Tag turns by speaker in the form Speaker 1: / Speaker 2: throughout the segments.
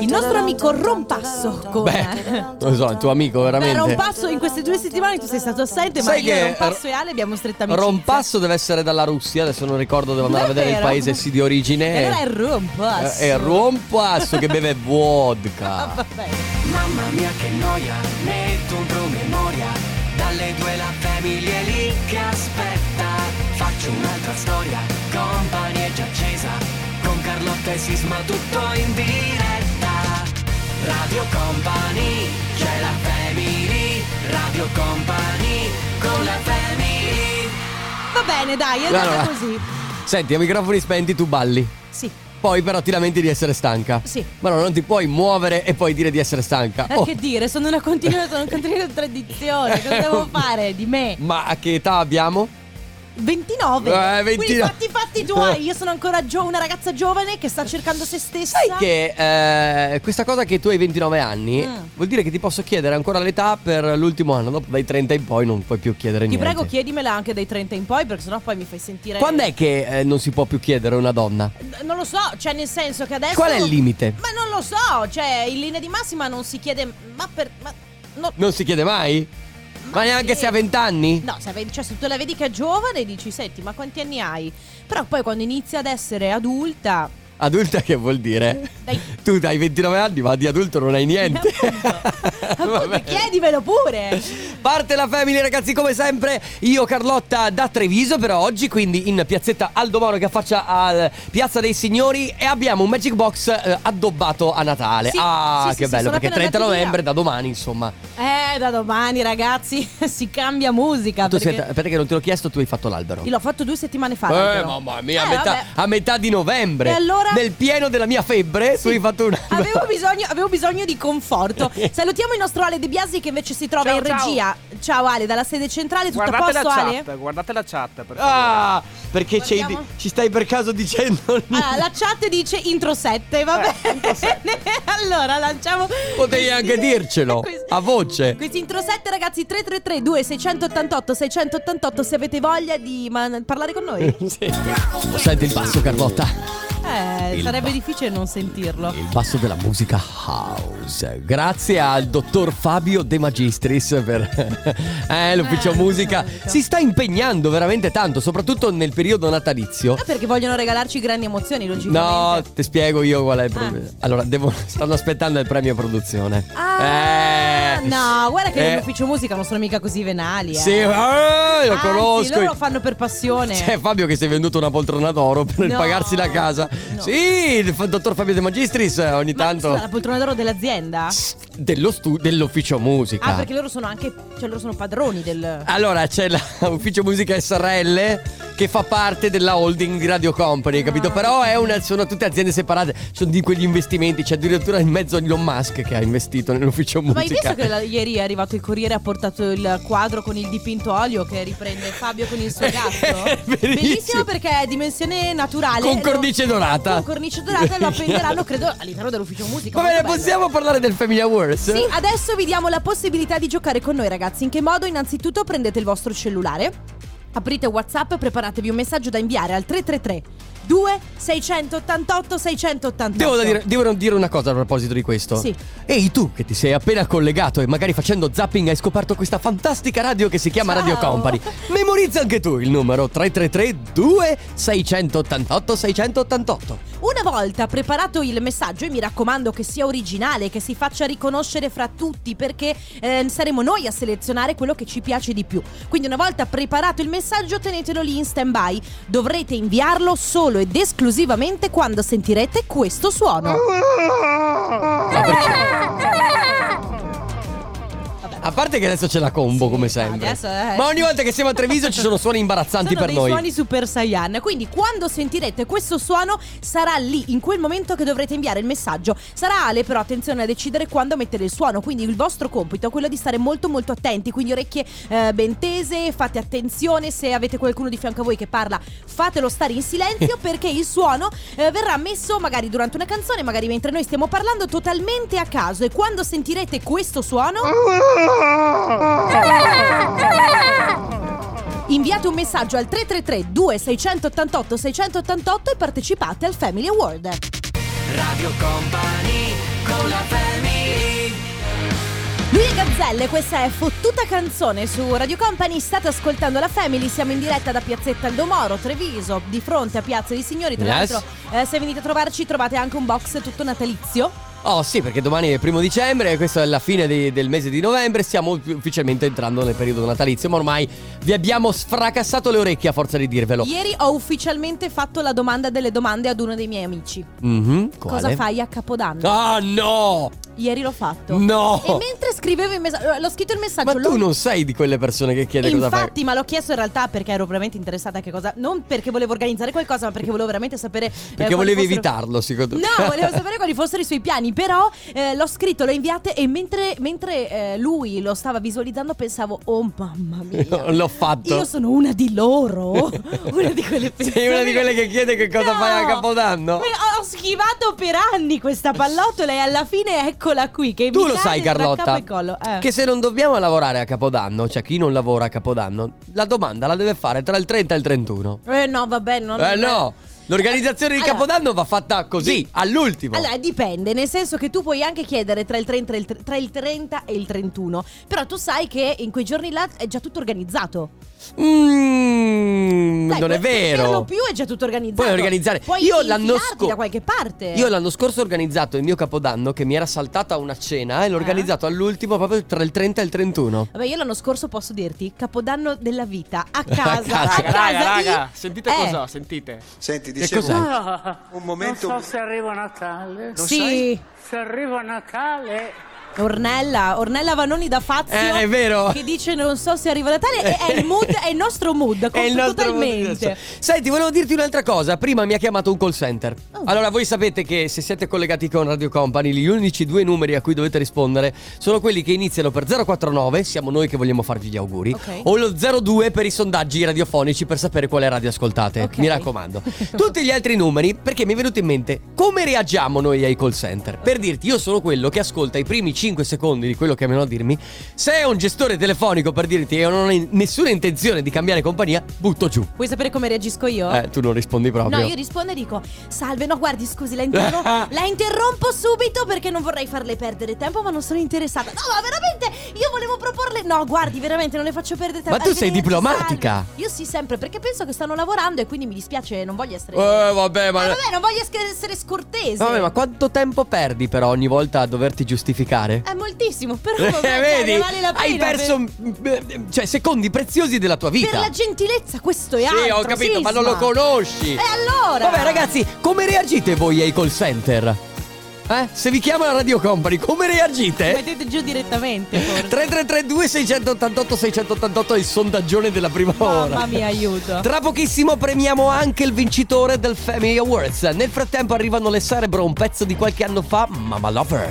Speaker 1: il nostro amico Rompasso con
Speaker 2: Beh, non so, il tuo amico
Speaker 1: Beh,
Speaker 2: veramente.
Speaker 1: Rompasso in queste due settimane tu sei stato assente, ma
Speaker 2: Sai
Speaker 1: io
Speaker 2: che
Speaker 1: Rompasso e Ale abbiamo strettamente
Speaker 2: Rompasso deve essere dalla Russia, adesso non ricordo, devo andare a vedere il
Speaker 1: Davvero?
Speaker 2: paese sì di origine.
Speaker 1: E allora è
Speaker 2: Eh,
Speaker 1: Rompasso.
Speaker 2: È Rompasso che beve vodka.
Speaker 1: Vabbè.
Speaker 3: Mamma mia che noia, metto un promemoria Dalle due la famiglia è lì che aspetta Faccio un'altra storia, company è già accesa Con Carlotta e Sisma tutto in diretta Radio Company, c'è la family Radio Company, con la family
Speaker 1: Va bene, dai, è andata
Speaker 2: Allora.
Speaker 1: così.
Speaker 2: Senti, a microfoni spenti tu balli.
Speaker 1: Sì.
Speaker 2: Poi però ti lamenti di essere stanca.
Speaker 1: Sì.
Speaker 2: Ma no, non ti puoi muovere e poi dire di essere stanca.
Speaker 1: Eh,
Speaker 2: Oh,
Speaker 1: Che dire, sono una continua, sono una continua tradizione. Cosa devo fare di me?
Speaker 2: Ma a che età abbiamo?
Speaker 1: 29.
Speaker 2: Eh, 29.
Speaker 1: Quindi fatti i fatti tuoi. Io sono ancora gio- una ragazza giovane che sta cercando se stessa.
Speaker 2: Sai che eh, questa cosa che tu hai 29 anni
Speaker 1: Mm.
Speaker 2: vuol dire che ti posso chiedere ancora l'età per l'ultimo anno, dopo dai 30 in poi non puoi più chiedere
Speaker 1: Ti
Speaker 2: niente.
Speaker 1: prego, chiedimela anche dai 30 in poi, perché sennò poi mi fai sentire.
Speaker 2: Quando è che eh, non si può più chiedere a una donna?
Speaker 1: Non lo so, cioè, nel senso che adesso.
Speaker 2: Qual è il limite?
Speaker 1: Ma non lo so, cioè, in linea di massima non si chiede. Ma per. Ma, no,
Speaker 2: Non si chiede mai? Ma neanche
Speaker 1: sì.
Speaker 2: se ha 20 anni?
Speaker 1: No, se, vedi- cioè, se tu la vedi che è giovane dici, senti, ma quanti anni hai? Però poi quando inizia ad essere adulta...
Speaker 2: Adulta che vuol dire?
Speaker 1: Dai.
Speaker 2: Tu dai 29 anni ma di adulto non hai niente.
Speaker 1: Appunto,
Speaker 2: Vabbè.
Speaker 1: chiedimelo pure!
Speaker 2: Parte la family ragazzi come sempre Io Carlotta da Treviso però oggi quindi in piazzetta Aldomoro che affaccia al Piazza dei Signori E abbiamo un Magic Box eh, addobbato a Natale
Speaker 1: Sì,
Speaker 2: Ah
Speaker 1: sì, sì,
Speaker 2: che
Speaker 1: sì,
Speaker 2: bello
Speaker 1: sono
Speaker 2: perché
Speaker 1: appena
Speaker 2: 30
Speaker 1: andati
Speaker 2: novembre
Speaker 1: via.
Speaker 2: da domani insomma
Speaker 1: Eh, da domani ragazzi si cambia musica
Speaker 2: Tu
Speaker 1: perché...
Speaker 2: aspetta, perché non te l'ho chiesto tu hai fatto l'albero
Speaker 1: Io L'ho fatto due settimane fa.
Speaker 2: Eh
Speaker 1: l'albero.
Speaker 2: mamma mia a,
Speaker 1: Eh,
Speaker 2: metà,
Speaker 1: vabbè.
Speaker 2: a metà di novembre
Speaker 1: E allora?
Speaker 2: Nel pieno della mia febbre tu hai fatto un albero
Speaker 1: Avevo bisogno, avevo bisogno di conforto. Salutiamo il nostro Ale De Biasi che invece si trova
Speaker 4: Ciao,
Speaker 1: in
Speaker 4: ciao.
Speaker 1: regia. Ciao Ale, dalla sede centrale, tutto
Speaker 4: Guardate la
Speaker 1: a posto Ale?
Speaker 4: chat, guardate la chat per
Speaker 3: Oh.
Speaker 4: favore.
Speaker 2: Ah perché c'hai
Speaker 1: Guardiamo.
Speaker 2: di- ci stai per caso dicendo
Speaker 1: Allora, la chat dice intro 7, va
Speaker 4: Eh,
Speaker 1: bene. allora, lanciamo.
Speaker 2: Potevi anche dircelo, a voce.
Speaker 1: Questi intro 7, ragazzi, 333 2688 688 se avete voglia di ma- parlare con noi.
Speaker 2: Sì. Senti il basso Carlotta
Speaker 1: Eh, sarebbe difficile non sentirlo.
Speaker 2: Il basso della musica house. Grazie al dottor Fabio De Magistris per eh, l'ufficio
Speaker 1: Eh,
Speaker 2: musica.
Speaker 1: certo.
Speaker 2: Si sta impegnando veramente tanto, soprattutto nel periodo natalizio.
Speaker 1: Ah, perché vogliono regalarci grandi emozioni,
Speaker 2: No,
Speaker 1: logicamente.
Speaker 2: ti spiego io qual è il problema. Allora, devo- stanno aspettando il premio produzione.
Speaker 1: Ah,
Speaker 2: Eh.
Speaker 1: no, guarda che
Speaker 2: Eh,
Speaker 1: nell'ufficio musica non sono mica così venali. Eh.
Speaker 2: Sì, eh, lo
Speaker 1: Anzi,
Speaker 2: conosco.
Speaker 1: loro lo fanno per passione.
Speaker 2: C'è Fabio che si è venduto una poltrona d'oro per
Speaker 1: Eh. No,
Speaker 2: pagarsi la casa.
Speaker 1: no.
Speaker 2: Sì, il fa- dottor Fabio De Magistris eh, ogni
Speaker 1: Ma
Speaker 2: tanto.
Speaker 1: scusa, la poltrona d'oro dell'azienda?
Speaker 2: Dello stu- dell'ufficio musica.
Speaker 1: Ah, perché loro sono anche. Cioè, loro sono padroni del.
Speaker 2: Allora c'è la- l'ufficio musica SRL che fa parte della holding di Radio Company,
Speaker 1: Ah.
Speaker 2: capito? Però è una- sono tutte aziende separate, sono di quegli investimenti, c'è addirittura in mezzo Elon Musk che ha investito nell'ufficio
Speaker 1: Ma hai
Speaker 2: musica.
Speaker 1: visto che la- ieri è arrivato il corriere e ha portato il quadro con il dipinto olio che riprende Fabio con il suo gatto?
Speaker 2: Bellissimo.
Speaker 1: perché è dimensione naturale.
Speaker 2: Con
Speaker 1: Lo-
Speaker 2: cornice dorata.
Speaker 1: Con cornice dorata e lo appenderanno, credo, all'interno dell'ufficio musica.
Speaker 2: Va bene,
Speaker 1: Molto bello.
Speaker 2: possiamo parlare del Family Awards?
Speaker 1: Sì, adesso vi diamo la possibilità di giocare con noi ragazzi. In che modo? Innanzitutto prendete il vostro cellulare, aprite WhatsApp e preparatevi un messaggio da inviare al 333 2688 688.
Speaker 2: Devo dire, devo dire una cosa a proposito di questo.
Speaker 1: Sì.
Speaker 2: Ehi tu che ti sei appena collegato e magari facendo zapping hai scoperto questa fantastica radio che si chiama
Speaker 1: Ciao.
Speaker 2: Radio Company. Memorizza anche tu il numero 333 2688 688.
Speaker 1: Una volta preparato il messaggio, e mi raccomando che sia originale, che si faccia riconoscere fra tutti, perché eh, saremo noi a selezionare quello che ci piace di più. Quindi, una volta preparato il messaggio, tenetelo lì in stand-by. Dovrete inviarlo solo ed esclusivamente quando sentirete questo suono.
Speaker 2: A parte che adesso c'è la combo
Speaker 1: Sì,
Speaker 2: come sempre.
Speaker 1: adesso, eh.
Speaker 2: Ma ogni volta che siamo a Treviso ci sono suoni imbarazzanti
Speaker 1: Sono
Speaker 2: per
Speaker 1: dei
Speaker 2: noi.
Speaker 1: suoni super saiyan. Quindi quando sentirete questo suono sarà lì in quel momento che dovrete inviare il messaggio. Sarà Ale però attenzione a decidere quando mettere il suono, quindi il vostro compito è quello di stare molto molto attenti, quindi orecchie eh, ben tese, fate attenzione se avete qualcuno di fianco a voi che parla, fatelo stare in silenzio perché il suono eh, verrà messo magari durante una canzone, magari mentre noi stiamo parlando totalmente a caso e quando sentirete questo suono Inviate un messaggio al 333 2688 688 e partecipate al Family Award.
Speaker 3: Radio Company, con la family
Speaker 1: Lui e Gazzelle, questa è Fottuta Canzone su Radio Company, state ascoltando la Family, siamo in diretta da Piazzetta Aldo Moro, Treviso, di fronte a Piazza dei Signori, tra
Speaker 2: Yes.
Speaker 1: l'altro eh, se venite a trovarci trovate anche un box tutto natalizio.
Speaker 2: Oh sì, perché domani è primo dicembre, questa è la fine di- del mese di novembre, stiamo ufficialmente entrando nel periodo natalizio, ma ormai vi abbiamo sfracassato le orecchie a forza di dirvelo.
Speaker 1: Ieri ho ufficialmente fatto la domanda delle domande ad uno dei miei amici.
Speaker 2: Mhm,
Speaker 1: Cosa
Speaker 2: quale?
Speaker 1: fai a Capodanno?
Speaker 2: Ah no!
Speaker 1: Ieri l'ho fatto.
Speaker 2: No!
Speaker 1: E mentre scrivevo il messaggio, l'ho scritto il messaggio.
Speaker 2: Ma
Speaker 1: l'ho-
Speaker 2: tu non sei di quelle persone che chiede cosa fai.
Speaker 1: Infatti, ma l'ho chiesto in realtà perché ero veramente interessata a che cosa. Non perché volevo organizzare qualcosa, ma perché volevo veramente sapere. eh, quali
Speaker 2: Perché volevi
Speaker 1: fossero-
Speaker 2: evitarlo, secondo me.
Speaker 1: No, volevo sapere quali fossero i suoi piani. Però eh, l'ho scritto, l'ho inviato e mentre, mentre, eh, lui lo stava visualizzando, pensavo: Oh mamma mia!
Speaker 2: L'ho fatto.
Speaker 1: Io sono una di loro. una di quelle persone.
Speaker 2: Sei una di quelle che chiede che cosa
Speaker 1: No!
Speaker 2: fai a Capodanno.
Speaker 1: Ma Ho schivato per anni questa pallottola e alla fine eccola qui. Che
Speaker 2: Tu
Speaker 1: mi
Speaker 2: lo
Speaker 1: cade
Speaker 2: sai,
Speaker 1: tra capo
Speaker 2: Carlotta,
Speaker 1: e collo. Eh.
Speaker 2: che se non dobbiamo lavorare a Capodanno, cioè chi non lavora a Capodanno, la domanda la deve fare tra il 30 e il 31.
Speaker 1: Eh, no, vabbè, non
Speaker 2: eh no, l'organizzazione di
Speaker 1: Allora-
Speaker 2: Capodanno va fatta così, all'ultimo.
Speaker 1: Allora, dipende, nel senso che tu puoi anche chiedere tra il 30 e il, tre- tra il 30 e il 31, però tu sai che in quei giorni là è già tutto organizzato.
Speaker 2: Mm,
Speaker 1: Dai,
Speaker 2: non è
Speaker 1: per- Per lo
Speaker 2: vero.
Speaker 1: più è già tutto organizzato.
Speaker 2: Puoi organizzare.
Speaker 1: Puoi
Speaker 2: Io l'anno
Speaker 1: infilarti
Speaker 2: scor-
Speaker 1: da qualche parte.
Speaker 2: Io l'anno scorso ho organizzato il mio Capodanno che mi era saltata una cena e l'ho
Speaker 1: Eh?
Speaker 2: organizzato all'ultimo proprio tra il 30 e il 31.
Speaker 1: Vabbè, io l'anno scorso posso dirti Capodanno della vita a casa, a
Speaker 2: casa.
Speaker 4: Raga,
Speaker 1: casa
Speaker 4: raga,
Speaker 1: di-
Speaker 4: raga, sentite
Speaker 1: Eh,
Speaker 4: cosa, sentite.
Speaker 5: Senti,
Speaker 2: Che
Speaker 5: dicevo
Speaker 2: cos'è?
Speaker 5: un momento.
Speaker 6: Ah, Non so se arriva Natale.
Speaker 1: Sì,
Speaker 6: Se arriva Natale.
Speaker 1: Ornella, Ornella Vanoni da Fazio.
Speaker 2: Eh, è vero.
Speaker 1: Che dice non so se arriva Natale e è il mood, è il nostro mood,
Speaker 2: È il nostro esatto. modo di
Speaker 1: totalmente.
Speaker 2: dire. Senti, volevo dirti un'altra cosa. Prima mi ha chiamato un call center.
Speaker 1: Oh.
Speaker 2: Allora, voi sapete che se siete collegati con Radio Company, gli unici due numeri a cui dovete rispondere sono quelli che iniziano per 049, siamo noi che vogliamo farvi gli auguri,
Speaker 1: Ok.
Speaker 2: o lo 02 per i sondaggi radiofonici per sapere quale radio ascoltate.
Speaker 1: Ok.
Speaker 2: Mi raccomando. Tutti gli altri numeri, perché mi è venuto in mente come reagiamo noi ai call center. Per dirti, io sono quello che ascolta i primi 5 secondi di quello che hanno a dirmi. Se è un gestore telefonico per dirti che non ho in- nessuna intenzione di cambiare compagnia, butto giù.
Speaker 1: Vuoi sapere come reagisco io?
Speaker 2: Eh, tu non rispondi proprio.
Speaker 1: No, io rispondo e dico: Salve, no, guardi, scusi, la, interrom- la interrompo subito perché non vorrei farle perdere tempo, ma non sono interessata. No, ma veramente, io volevo proporle. No, guardi, veramente non le faccio perdere tempo.
Speaker 2: Ma tu sei
Speaker 1: Arrivederci,
Speaker 2: diplomatica.
Speaker 1: salve. Io sì, sempre, perché penso che stanno lavorando e quindi mi dispiace, non voglio essere.
Speaker 2: Eh, vabbè, ma.
Speaker 1: Eh, vabbè, non voglio es- essere scortese.
Speaker 2: Vabbè, ma quanto tempo perdi però ogni volta a doverti giustificare?
Speaker 1: È moltissimo, però.
Speaker 2: Eh,
Speaker 1: vabbè, cioè,
Speaker 2: vedi?
Speaker 1: ne vale la pena.
Speaker 2: hai perso
Speaker 1: Per,
Speaker 2: mm, cioè, secondi preziosi della tua vita.
Speaker 1: per la gentilezza, questo è
Speaker 2: sì,
Speaker 1: altro. Eh,
Speaker 2: ho capito, ma non
Speaker 1: sisma.
Speaker 2: lo conosci.
Speaker 1: E allora?
Speaker 2: Vabbè, ragazzi, come reagite voi ai call center? Eh? Se vi chiama la Radio Company, come reagite?
Speaker 1: Mettete giù direttamente, forse.
Speaker 2: 3332 688 688 è il sondaggione della prima ora.
Speaker 1: Mamma mia, aiuto.
Speaker 2: Tra pochissimo premiamo anche il vincitore del Family Awards. Nel frattempo arrivano le Cerebro, un pezzo di qualche anno fa, Mama Lover.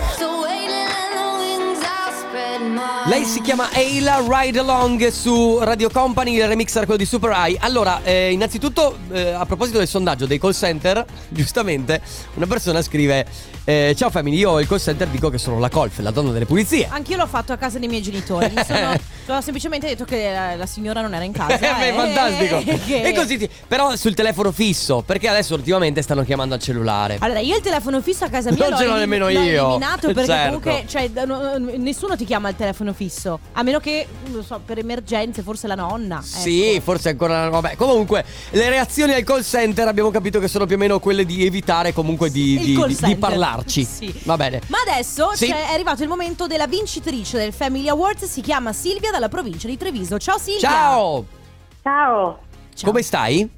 Speaker 2: Lei si chiama Ayla Ride Along su Radio Company, il remix era quello di Super High. Allora, eh, innanzitutto, eh, a proposito del sondaggio dei call center, giustamente una persona scrive: eh, Ciao family, io il call center dico che sono la colf, la donna delle pulizie.
Speaker 1: Anch'io l'ho fatto a casa dei miei genitori. Mi sono, ho semplicemente detto che la, la signora non era in casa.
Speaker 2: Eh, beh,
Speaker 1: e-
Speaker 2: fantastico.
Speaker 1: e Ah, che-
Speaker 2: E così ti- Però sul telefono fisso, perché adesso ultimamente stanno chiamando al cellulare.
Speaker 1: Allora, io il telefono fisso a casa mia
Speaker 2: Non
Speaker 1: l'ho
Speaker 2: ce l'ho
Speaker 1: elim-
Speaker 2: nemmeno
Speaker 1: l'ho
Speaker 2: io.
Speaker 1: eliminato perché
Speaker 2: Certo.
Speaker 1: comunque cioè, da- no- nessuno ti chiama al telefono fisso. A meno che, non so, per emergenze, forse la nonna.
Speaker 2: Sì,
Speaker 1: ecco.
Speaker 2: forse ancora. Vabbè, comunque, le reazioni al call center abbiamo capito che sono più o meno quelle di evitare comunque di,
Speaker 1: Il
Speaker 2: di-
Speaker 1: call
Speaker 2: di- di
Speaker 1: center.
Speaker 2: parlarci.
Speaker 1: Sì.
Speaker 2: Va bene.
Speaker 1: Ma adesso
Speaker 2: Sì.
Speaker 1: c'è- è arrivato il momento della vincitrice del Family Awards. Si chiama Silvia dalla provincia di Treviso. Ciao Silvia!
Speaker 2: Ciao!
Speaker 7: Ciao,
Speaker 1: Ciao.
Speaker 2: come stai?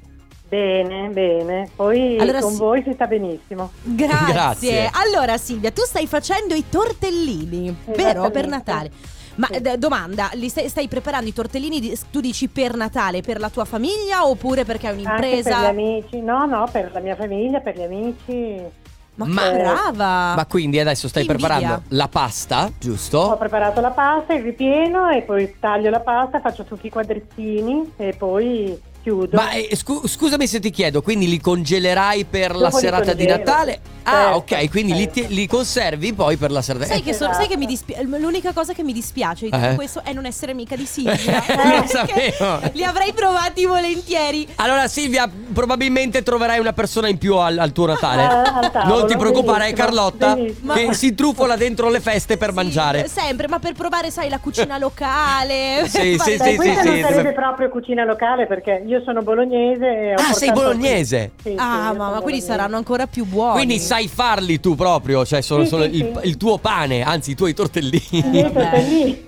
Speaker 7: bene, bene. Poi
Speaker 1: Allora,
Speaker 7: con
Speaker 1: sì.
Speaker 7: voi si sta benissimo.
Speaker 1: Grazie.
Speaker 2: Grazie.
Speaker 1: Allora Silvia, tu stai facendo i tortellini, vero? Per
Speaker 7: Esattamente.
Speaker 1: Natale. Ma
Speaker 7: Sì.
Speaker 1: d- domanda, li stai, stai preparando i tortellini, di- tu dici per Natale, per la tua famiglia oppure perché è
Speaker 7: Anche per
Speaker 1: un'impresa?
Speaker 7: gli amici, no, no, per la mia famiglia, per gli amici.
Speaker 1: Ma,
Speaker 2: Ma-
Speaker 1: che brava!
Speaker 2: Ma quindi adesso stai
Speaker 1: Ah. Invidia.
Speaker 2: preparando la pasta,
Speaker 7: Ho
Speaker 2: giusto?
Speaker 7: preparato la pasta, il ripieno e poi taglio la pasta, faccio tutti i quadrettini e poi chiudo.
Speaker 2: Ma eh, scu- scusami se ti chiedo, quindi li congelerai per la
Speaker 7: Dopo li
Speaker 2: serata di
Speaker 7: congelo.
Speaker 2: Natale Ah,
Speaker 7: Eh,
Speaker 2: ok, quindi li, ti- li conservi poi per la Sardegna.
Speaker 1: Sai che, so-
Speaker 7: Esatto.
Speaker 1: sai che mi dispiace? L'unica cosa che mi dispiace di tutto
Speaker 2: Eh.
Speaker 1: questo è non essere amica di Silvia.
Speaker 2: Eh,
Speaker 1: perché
Speaker 2: lo sapevo.
Speaker 1: Li avrei provati volentieri.
Speaker 2: Eh, Allora Silvia, probabilmente troverai una persona in più al, al tuo Natale.
Speaker 7: Ah, al tavolo,
Speaker 2: non ti preoccupare, è
Speaker 7: benissimo,
Speaker 2: Carlotta
Speaker 7: benissimo.
Speaker 2: che
Speaker 1: Ma-
Speaker 2: si truffola dentro le feste per
Speaker 1: Sì,
Speaker 2: mangiare.
Speaker 1: Sempre, ma per provare, sai, la cucina locale.
Speaker 2: Sì,
Speaker 1: Fare-
Speaker 2: sì,
Speaker 7: Beh, questa
Speaker 2: sì,
Speaker 7: non
Speaker 2: sì,
Speaker 7: sarebbe
Speaker 2: deve-
Speaker 7: proprio cucina locale perché io sono bolognese e ho
Speaker 2: Ah, sei
Speaker 7: portato-
Speaker 2: bolognese?
Speaker 7: Sì, sì, io
Speaker 1: Ah,
Speaker 7: sono
Speaker 1: mamma, quindi
Speaker 7: bolognese.
Speaker 1: saranno ancora più buoni.
Speaker 2: Quindi sai farli tu proprio, cioè sono,
Speaker 7: Sì,
Speaker 2: sono
Speaker 7: sì,
Speaker 2: il,
Speaker 7: sì.
Speaker 2: il tuo pane, anzi i tuoi tortellini.
Speaker 7: Sì, tortellini.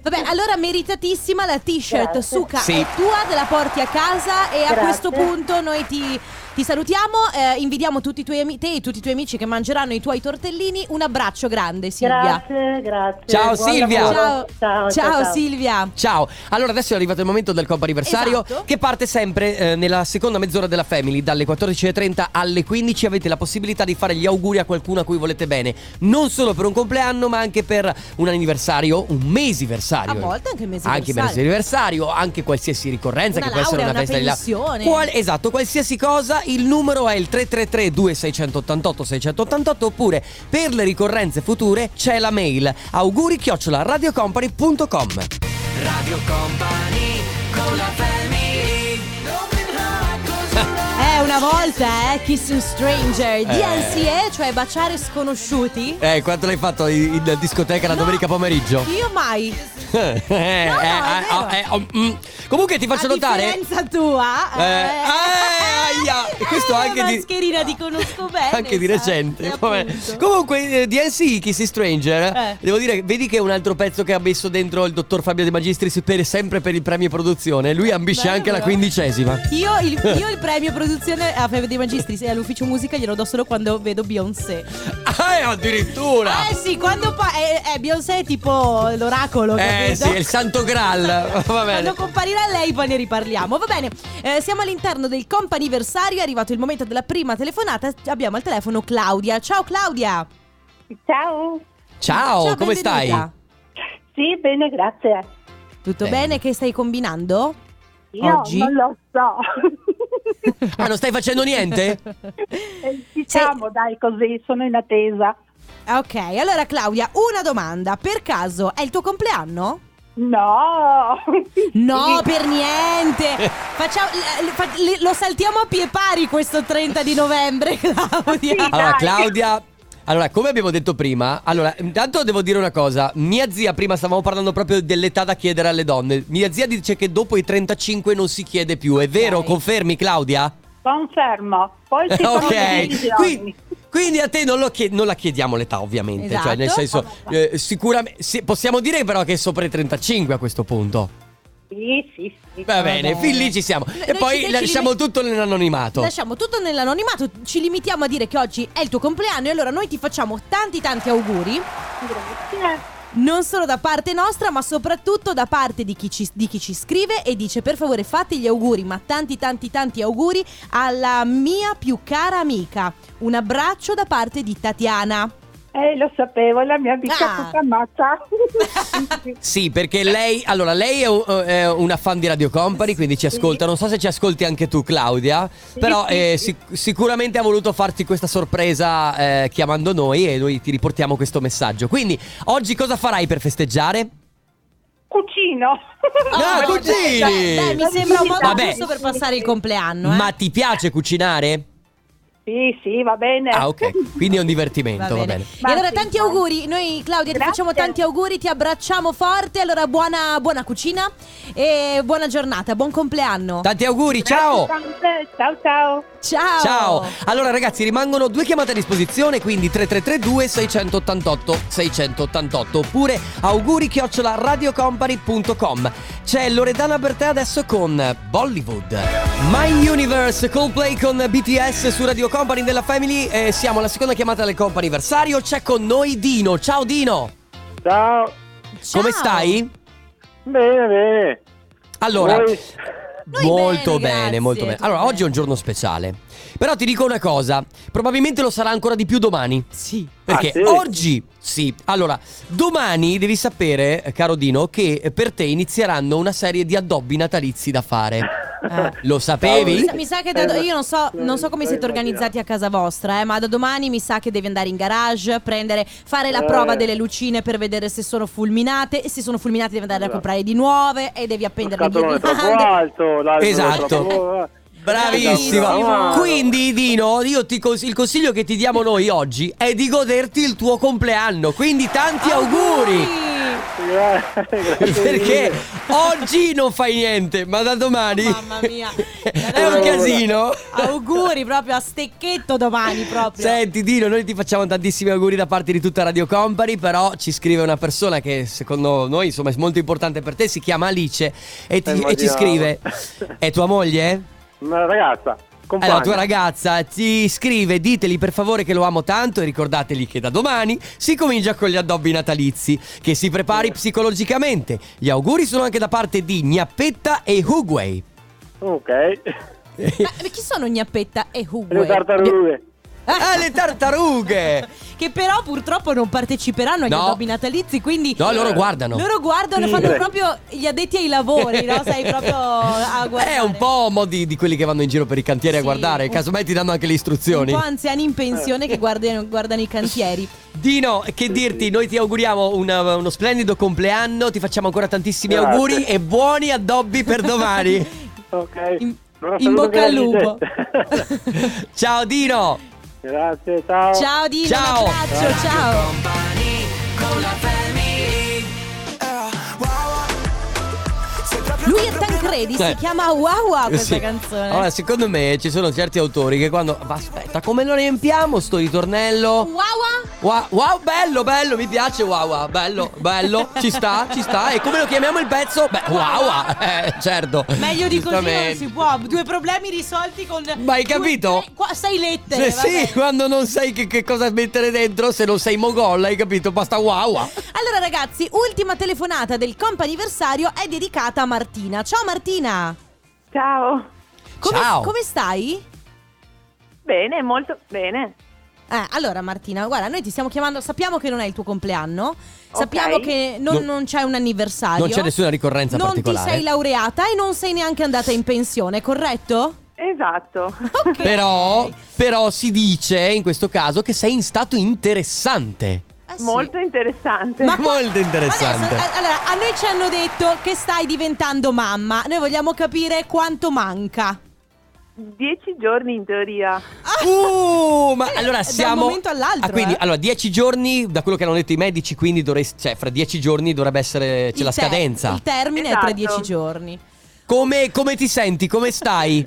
Speaker 1: Vabbè, allora meritatissima la t-shirt
Speaker 7: Grazie.
Speaker 1: Suca
Speaker 2: Sì.
Speaker 1: è tua, te la porti a casa e a
Speaker 7: Grazie.
Speaker 1: questo punto noi ti, ti salutiamo, eh, invitiamo tutti i tuoi ami- te e tutti i tuoi amici che mangeranno i tuoi tortellini, un abbraccio grande Silvia.
Speaker 7: Grazie, grazie.
Speaker 2: Ciao,
Speaker 7: Buon
Speaker 2: Silvia.
Speaker 7: lavoro.
Speaker 1: Ciao,
Speaker 7: Ciao, ciao, ciao.
Speaker 1: Silvia.
Speaker 2: Ciao, allora adesso è arrivato il momento del compo anniversario
Speaker 1: Esatto.
Speaker 2: che parte sempre eh, nella seconda mezz'ora della Family, dalle 14.30 alle 15 avete la possibilità di fare gli auguri a qualcuno a cui volete bene, non solo per un compleanno ma anche per un anniversario, un mesiversario.
Speaker 1: A volte anche il mese
Speaker 2: anche per il
Speaker 1: anniversario.
Speaker 2: anniversario, anche qualsiasi ricorrenza
Speaker 1: Una
Speaker 2: che può essere una
Speaker 1: laurea,
Speaker 2: festa
Speaker 1: una
Speaker 2: di là.
Speaker 1: pensione.
Speaker 2: Qual- esatto, qualsiasi cosa, il numero è il 333 2688 688 oppure per le ricorrenze future c'è la mail auguri chiocciola radiocompany.com.
Speaker 1: Eh, una volta, eh, Kiss a Stranger,
Speaker 2: Eh.
Speaker 1: DNCE, cioè baciare sconosciuti.
Speaker 2: Eh, quanto l'hai fatto in, in discoteca la
Speaker 1: No.
Speaker 2: domenica pomeriggio?
Speaker 1: Io mai.
Speaker 2: Eh, eh,
Speaker 1: No, no, è
Speaker 2: eh,
Speaker 1: vero.
Speaker 2: eh, oh, mm. Comunque ti faccio
Speaker 1: a
Speaker 2: notare
Speaker 1: differenza tua.
Speaker 2: Eh, eh, aia, e questo anche di-
Speaker 1: mascherina ti conosco bene.
Speaker 2: anche di
Speaker 1: sai,
Speaker 2: recente.
Speaker 1: eh,
Speaker 2: vabbè.
Speaker 1: appunto.
Speaker 2: Comunque, eh, DNC Kissy Stranger.
Speaker 1: Eh.
Speaker 2: Devo dire, vedi che è un altro pezzo che ha messo dentro il dottor Fabio De Magistris per sempre per il premio produzione. Lui ambisce
Speaker 1: Bello, eh.
Speaker 2: anche la
Speaker 1: però.
Speaker 2: quindicesima.
Speaker 1: Io il, io il premio produzione eh, a Fabio De Magistris e all'ufficio musica glielo do solo quando vedo Beyoncé.
Speaker 2: Ah, eh, addirittura!
Speaker 1: Eh sì, quando pa- eh, eh, Beyoncé è tipo l'oracolo,
Speaker 2: Eh
Speaker 1: ecco, capito?
Speaker 2: sì, è il santo Graal. Va bene.
Speaker 1: Quando comparirà lei poi ne riparliamo. Va bene, eh, siamo all'interno del comp'anniversario, è arrivato il momento della prima telefonata. Abbiamo al telefono Claudia. Ciao Claudia.
Speaker 4: Ciao,
Speaker 2: Ciao, come
Speaker 1: benvenuta.
Speaker 2: stai?
Speaker 4: sì, bene, grazie.
Speaker 1: Tutto
Speaker 2: Bene.
Speaker 1: bene? Che stai combinando?
Speaker 4: Io
Speaker 1: Oggi?
Speaker 4: non lo so.
Speaker 2: Ah, non stai facendo niente?
Speaker 4: Eh, diciamo, dai, così, sono in attesa.
Speaker 1: Ok, allora Claudia, una domanda. Per caso è il tuo compleanno?
Speaker 4: No.
Speaker 1: No, per niente. Facciamo- l- l- fa- l- lo saltiamo a pie pari questo 30 di novembre, Claudia.
Speaker 2: Allora,
Speaker 4: Dai.
Speaker 2: Claudia. Allora, come abbiamo detto prima, allora, intanto devo dire una cosa. Mia zia, prima stavamo parlando proprio dell'età da chiedere alle donne. Mia zia dice che dopo i 35 non si chiede più. È vero?
Speaker 1: Ok.
Speaker 2: Confermi, Claudia?
Speaker 4: Confermo. Poi ci sono le
Speaker 2: ok.
Speaker 4: decisioni.
Speaker 2: Quindi, quindi a te non, lo chied- non la chiediamo l'età, ovviamente. Cioè, nel
Speaker 1: Esatto.
Speaker 2: senso, sicuramente. possiamo dire però che è sopra i 35 a questo punto.
Speaker 4: Sì, sì, sì.
Speaker 2: Va bene,
Speaker 1: bene.
Speaker 2: fin lì ci siamo.
Speaker 1: Noi
Speaker 2: e
Speaker 1: ci-
Speaker 2: poi
Speaker 1: noi ci
Speaker 2: lasciamo
Speaker 1: limit-
Speaker 2: tutto nell'anonimato.
Speaker 1: Lasciamo tutto nell'anonimato, ci limitiamo a dire che oggi è il tuo compleanno e allora noi ti facciamo tanti tanti auguri,
Speaker 4: Grazie.
Speaker 1: non solo da parte nostra ma soprattutto da parte di chi ci, di chi ci scrive e dice per favore fate gli auguri, ma tanti tanti tanti auguri alla mia più cara amica. Un abbraccio da parte di Tatiana.
Speaker 4: Eh, lo sapevo, la mia amica
Speaker 1: Ah.
Speaker 4: è tutta matta.
Speaker 2: Sì, perché lei, allora, lei è, u- è una fan di Radio Company, quindi ci ascolta. Non so se ci ascolti anche tu, Claudia. Però
Speaker 4: sì,
Speaker 2: eh,
Speaker 4: sì.
Speaker 2: sic- sicuramente ha voluto farti questa sorpresa eh, chiamando noi e noi ti riportiamo questo messaggio. Quindi, oggi cosa farai per festeggiare?
Speaker 4: Cucino.
Speaker 2: Ah,
Speaker 1: Dai,
Speaker 2: cugini!
Speaker 1: Oh, Beh, beh, mi sembra un modo
Speaker 2: Vabbè.
Speaker 1: giusto per passare il compleanno. eh.
Speaker 2: Ma ti piace cucinare?
Speaker 4: Sì, sì, va bene.
Speaker 2: Ah, ok. Quindi è un
Speaker 1: Va
Speaker 2: divertimento,
Speaker 1: bene.
Speaker 2: va bene.
Speaker 1: E allora
Speaker 4: Ma sì,
Speaker 1: tanti
Speaker 4: dai.
Speaker 1: auguri, noi Claudia ti
Speaker 4: Grazie.
Speaker 1: facciamo tanti auguri, ti abbracciamo forte, allora buona, buona cucina e buona giornata, buon compleanno.
Speaker 2: Tanti auguri, ciao!
Speaker 4: Tante. Ciao, ciao.
Speaker 1: Ciao!
Speaker 2: Ciao! Allora ragazzi rimangono due chiamate a disposizione quindi 3332 688 688 oppure auguri chiocciola radiocompany.com C'è Loredana Bertè adesso con Bollywood My Universe Coldplay con BTS su Radio Company della Family e siamo alla seconda chiamata del comp'anniversario c'è con noi Dino Ciao Dino!
Speaker 6: Ciao,
Speaker 1: Ciao.
Speaker 2: Come stai?
Speaker 6: bene, bene.
Speaker 2: Allora
Speaker 6: Voi?
Speaker 1: Noi
Speaker 2: Molto
Speaker 1: bene, grazie,
Speaker 2: molto bene.
Speaker 1: tutto
Speaker 2: Allora,
Speaker 1: bene.
Speaker 2: oggi è un giorno speciale. Però ti dico una cosa, probabilmente lo sarà ancora di più domani.
Speaker 1: Sì.
Speaker 2: Perché
Speaker 6: Ah, sì?
Speaker 2: oggi, sì, allora, domani devi eh, sapere, caro Dino, che per te inizieranno una serie di addobbi natalizi da fare.
Speaker 1: Eh.
Speaker 2: Lo
Speaker 1: Mi
Speaker 2: sapevi?
Speaker 1: sa, mi sa
Speaker 6: Eh,
Speaker 1: che da do- io non so, non so come siete organizzati a casa vostra, eh, ma da domani mi sa che devi andare in garage, prendere, fare la
Speaker 6: Eh.
Speaker 1: prova delle lucine per vedere se sono fulminate. E se sono fulminate, devi andare a
Speaker 6: Esatto.
Speaker 1: comprare di nuove e devi appendere
Speaker 6: Lo scatolone è troppo alto, l'albero è
Speaker 2: Esatto.
Speaker 6: troppo-
Speaker 2: Bravissima.
Speaker 1: Bravissimo.
Speaker 2: Quindi Dino, io ti cons- il consiglio che ti diamo noi oggi è di goderti il tuo compleanno. Quindi tanti
Speaker 1: Ah.
Speaker 2: auguri.
Speaker 6: Grazie
Speaker 2: Perché
Speaker 6: mille.
Speaker 2: oggi non fai niente, ma da domani
Speaker 1: Mamma mia.
Speaker 2: è un casino.
Speaker 1: Auguri proprio a stecchetto domani proprio.
Speaker 2: Senti Dino, noi ti facciamo tantissimi auguri da parte di tutta Radio Company, però ci scrive una persona che secondo noi insomma è molto importante per te, si chiama Alice e, ti-
Speaker 6: Eh,
Speaker 2: e ci
Speaker 6: immaginavo.
Speaker 2: scrive, è tua moglie?
Speaker 6: Una ragazza,
Speaker 2: È
Speaker 6: compagna.
Speaker 2: la tua ragazza ti scrive, diteli per favore che lo amo tanto e ricordateli che da domani si comincia con gli addobbi natalizi, che si prepari psicologicamente. Gli auguri sono anche da parte di Gnappetta e Hugway.
Speaker 6: Ok.
Speaker 1: Ma chi sono Gnappetta e Hugo?
Speaker 6: Le tartarughe.
Speaker 2: Ah, le tartarughe!
Speaker 1: Che però purtroppo non parteciperanno agli
Speaker 2: No.
Speaker 1: addobbi natalizi, quindi...
Speaker 2: No, loro guardano.
Speaker 1: Loro guardano,
Speaker 6: Sì.
Speaker 1: fanno proprio gli addetti ai lavori, no? Sei proprio a guardare.
Speaker 2: È Eh, un po' modi di quelli che vanno in giro per i cantieri a
Speaker 1: Sì,
Speaker 2: guardare,
Speaker 1: un-
Speaker 2: casomai ti danno anche le
Speaker 1: Un
Speaker 2: istruzioni.
Speaker 1: po' anziani in pensione che guardano, guardano i cantieri.
Speaker 2: Dino, che dirti? Noi ti auguriamo una- uno splendido compleanno, ti facciamo ancora tantissimi
Speaker 6: Grazie.
Speaker 2: auguri e buoni addobbi per domani.
Speaker 6: Ok.
Speaker 1: In-
Speaker 6: Allora
Speaker 1: in
Speaker 6: saluto
Speaker 1: bocca al
Speaker 6: Granite.
Speaker 1: lupo.
Speaker 2: Ciao Dino!
Speaker 6: Grazie, ciao.
Speaker 1: Ciao Dino,
Speaker 2: Ciao.
Speaker 1: un abbraccio, ciao. Lui è Tancredi, si
Speaker 2: Eh.
Speaker 1: chiama Wow Wow questa
Speaker 2: Sì.
Speaker 1: canzone.
Speaker 2: Allora, secondo me ci sono certi autori che quando. Ma aspetta, come lo riempiamo sto ritornello?
Speaker 1: Wow Wow?
Speaker 2: Wow, wow, bello, bello, mi piace wow, wow, bello, bello, ci sta, ci sta. E come lo chiamiamo il pezzo? Beh, wow, wow, eh, certo.
Speaker 1: Meglio di così non
Speaker 2: Giustamente.
Speaker 1: si può. Due problemi risolti con.
Speaker 2: Ma hai
Speaker 1: due-
Speaker 2: capito?
Speaker 1: tre- qua- sei lettere.
Speaker 2: Se sì,
Speaker 1: vabbè.
Speaker 2: quando non sai che, che cosa mettere dentro, se non sei mogolla, hai capito? Basta wow, wow.
Speaker 1: Allora, ragazzi, ultima telefonata del comp'anniversario è dedicata a Martina. Ciao Martina!
Speaker 5: Ciao.
Speaker 1: Come,
Speaker 2: Ciao.
Speaker 1: come stai?
Speaker 5: Bene, molto bene.
Speaker 1: Eh, allora Martina, guarda, noi ti stiamo chiamando, sappiamo che non è il tuo compleanno, sappiamo che non,
Speaker 2: Non-
Speaker 1: non c'è un anniversario.
Speaker 2: Non c'è nessuna ricorrenza
Speaker 1: non
Speaker 2: particolare.
Speaker 1: ti sei laureata e non sei neanche andata in pensione, corretto?
Speaker 5: Esatto.
Speaker 2: Oh,
Speaker 1: Ok.
Speaker 2: Però, però si dice in questo caso che sei in stato interessante.
Speaker 1: Eh sì.
Speaker 5: Molto interessante.
Speaker 1: Ma-
Speaker 2: Molto interessante.
Speaker 1: Adesso, a- allora, a noi ci hanno detto che stai diventando mamma. Noi vogliamo capire quanto manca. Ah,
Speaker 5: Dieci giorni in teoria.
Speaker 2: Uh, ma
Speaker 1: Eh, da
Speaker 2: allora
Speaker 1: un
Speaker 2: siamo.
Speaker 1: momento all'altro,
Speaker 2: Ah, quindi,
Speaker 1: eh.
Speaker 2: allora, dieci giorni, da quello che hanno detto i medici, quindi dovresti. Cioè, fra dieci giorni dovrebbe essere. C'è
Speaker 1: Il
Speaker 2: la
Speaker 1: te-
Speaker 2: scadenza.
Speaker 1: il termine è tra
Speaker 5: Esatto.
Speaker 1: dieci giorni.
Speaker 2: Come, come ti senti? Come stai?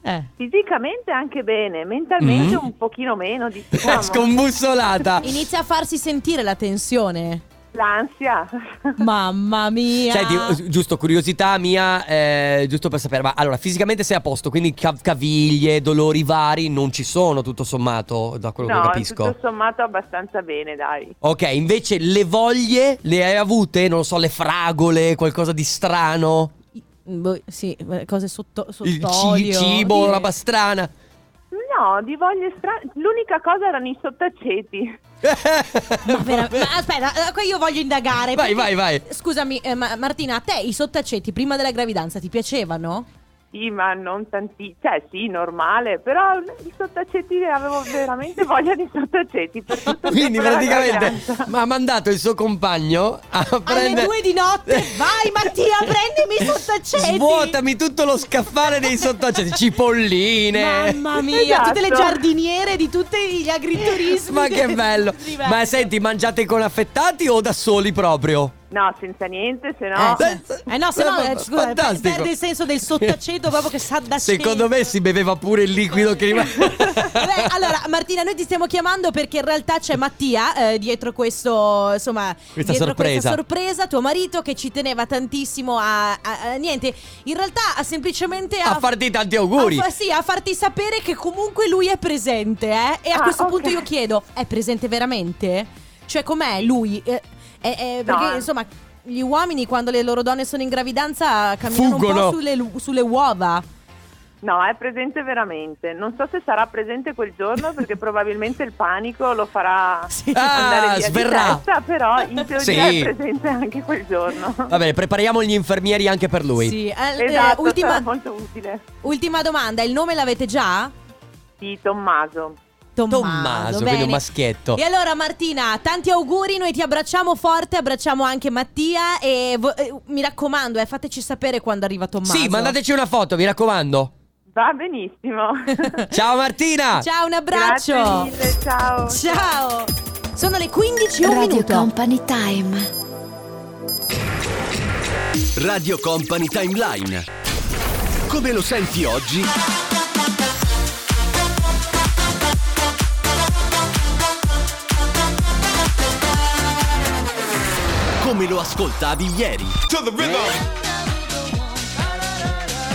Speaker 1: Eh.
Speaker 5: Fisicamente anche bene, mentalmente
Speaker 2: Mm.
Speaker 5: un pochino meno, diciamo.
Speaker 2: Scombussolata.
Speaker 1: Inizia a farsi sentire la tensione.
Speaker 5: L'ansia.
Speaker 1: Mamma mia.
Speaker 2: Senti, eh, giusto, curiosità mia, eh, giusto per sapere, ma allora fisicamente sei a posto, quindi ca- caviglie, dolori vari non ci sono, tutto sommato, da quello
Speaker 5: no,
Speaker 2: che capisco.
Speaker 5: tutto sommato abbastanza bene, dai.
Speaker 2: Ok, invece le voglie le hai avute? Non lo so, le fragole, qualcosa di strano?
Speaker 1: Boh, sì, eh, cose sotto, sotto
Speaker 2: il ci-
Speaker 1: olio.
Speaker 2: cibo,
Speaker 1: Sì.
Speaker 2: roba strana.
Speaker 5: No, di voglie strane. L'unica cosa erano i sottaceti.
Speaker 1: Ma, vera- ma aspetta, eh, qua io voglio indagare. perché-
Speaker 2: Vai, vai, vai.
Speaker 1: Scusami, eh, ma- Martina, a te i sottaceti prima della gravidanza ti piacevano?
Speaker 5: Sì, ma non tanti, cioè sì, normale, però i sottaceti avevo veramente voglia di sottaceti per tutto
Speaker 2: Quindi
Speaker 5: tempo della
Speaker 2: praticamente
Speaker 5: gravidanza.
Speaker 2: mi ha mandato il suo compagno a prendere...
Speaker 1: due di notte, vai, Mattia, prendimi i sottaceti.
Speaker 2: Svuotami tutto lo scaffale dei sottaceti, cipolline.
Speaker 1: Mamma mia, tutte le
Speaker 5: Esatto.
Speaker 1: giardiniere di tutti gli agriturismi.
Speaker 2: Ma che
Speaker 1: del-
Speaker 2: bello.
Speaker 1: diverso.
Speaker 2: Ma senti, mangiate con affettati o da soli proprio?
Speaker 5: No, senza niente, se
Speaker 1: Eh,
Speaker 5: no...
Speaker 1: sì. eh no, se no, eh, scusa, per-
Speaker 2: Fantastico.
Speaker 1: perde il senso del sottaceto proprio che sa da
Speaker 2: Secondo me si beveva pure il liquido che rimane.
Speaker 1: Vabbè, allora Martina noi ti stiamo chiamando perché in realtà c'è Mattia eh, dietro questo insomma
Speaker 2: Questa
Speaker 1: dietro
Speaker 2: sorpresa.
Speaker 1: questa sorpresa tuo marito che ci teneva tantissimo a, a- a- niente in realtà a semplicemente a,
Speaker 2: A farti tanti auguri.
Speaker 1: a fa- sì a farti sapere che comunque lui è presente eh? e a
Speaker 5: Ah,
Speaker 1: questo
Speaker 5: ok.
Speaker 1: punto io chiedo è presente veramente? Cioè com'è lui? Eh, eh, eh,
Speaker 5: No.
Speaker 1: perché insomma gli uomini quando le loro donne sono in gravidanza camminano un
Speaker 2: Fuggono.
Speaker 1: po' sulle, lu- sulle uova
Speaker 5: No, è presente veramente. Non so se sarà presente quel giorno perché probabilmente il panico lo farà
Speaker 1: Sì.
Speaker 5: andare
Speaker 2: Ah,
Speaker 5: via
Speaker 2: sverrà.
Speaker 5: di testa, però in teoria
Speaker 2: Sì.
Speaker 5: è presente anche quel giorno.
Speaker 2: Vabbè, prepariamo gli infermieri anche per lui.
Speaker 1: Sì, eh, eh,
Speaker 5: Esatto, sarà
Speaker 1: ultima,
Speaker 5: molto utile.
Speaker 1: ultima domanda, il nome l'avete già?
Speaker 5: Sì, Tommaso.
Speaker 1: Tommaso,
Speaker 2: Tommaso,
Speaker 1: bene.
Speaker 2: quindi un maschietto.
Speaker 1: E allora Martina, tanti auguri, noi ti abbracciamo forte, abbracciamo anche Mattia e vo- eh, mi raccomando, eh, fateci sapere quando arriva Tommaso.
Speaker 2: Sì, mandateci una foto, mi raccomando.
Speaker 5: Va benissimo.
Speaker 2: Ciao Martina!
Speaker 1: Ciao, un abbraccio.
Speaker 5: Grazie mille, ciao.
Speaker 1: Ciao. Sono le 15 e un
Speaker 8: Radio
Speaker 1: minuto.
Speaker 8: Company Time.
Speaker 9: Radio Company Timeline. Come lo senti oggi? Come lo ascoltavi ieri?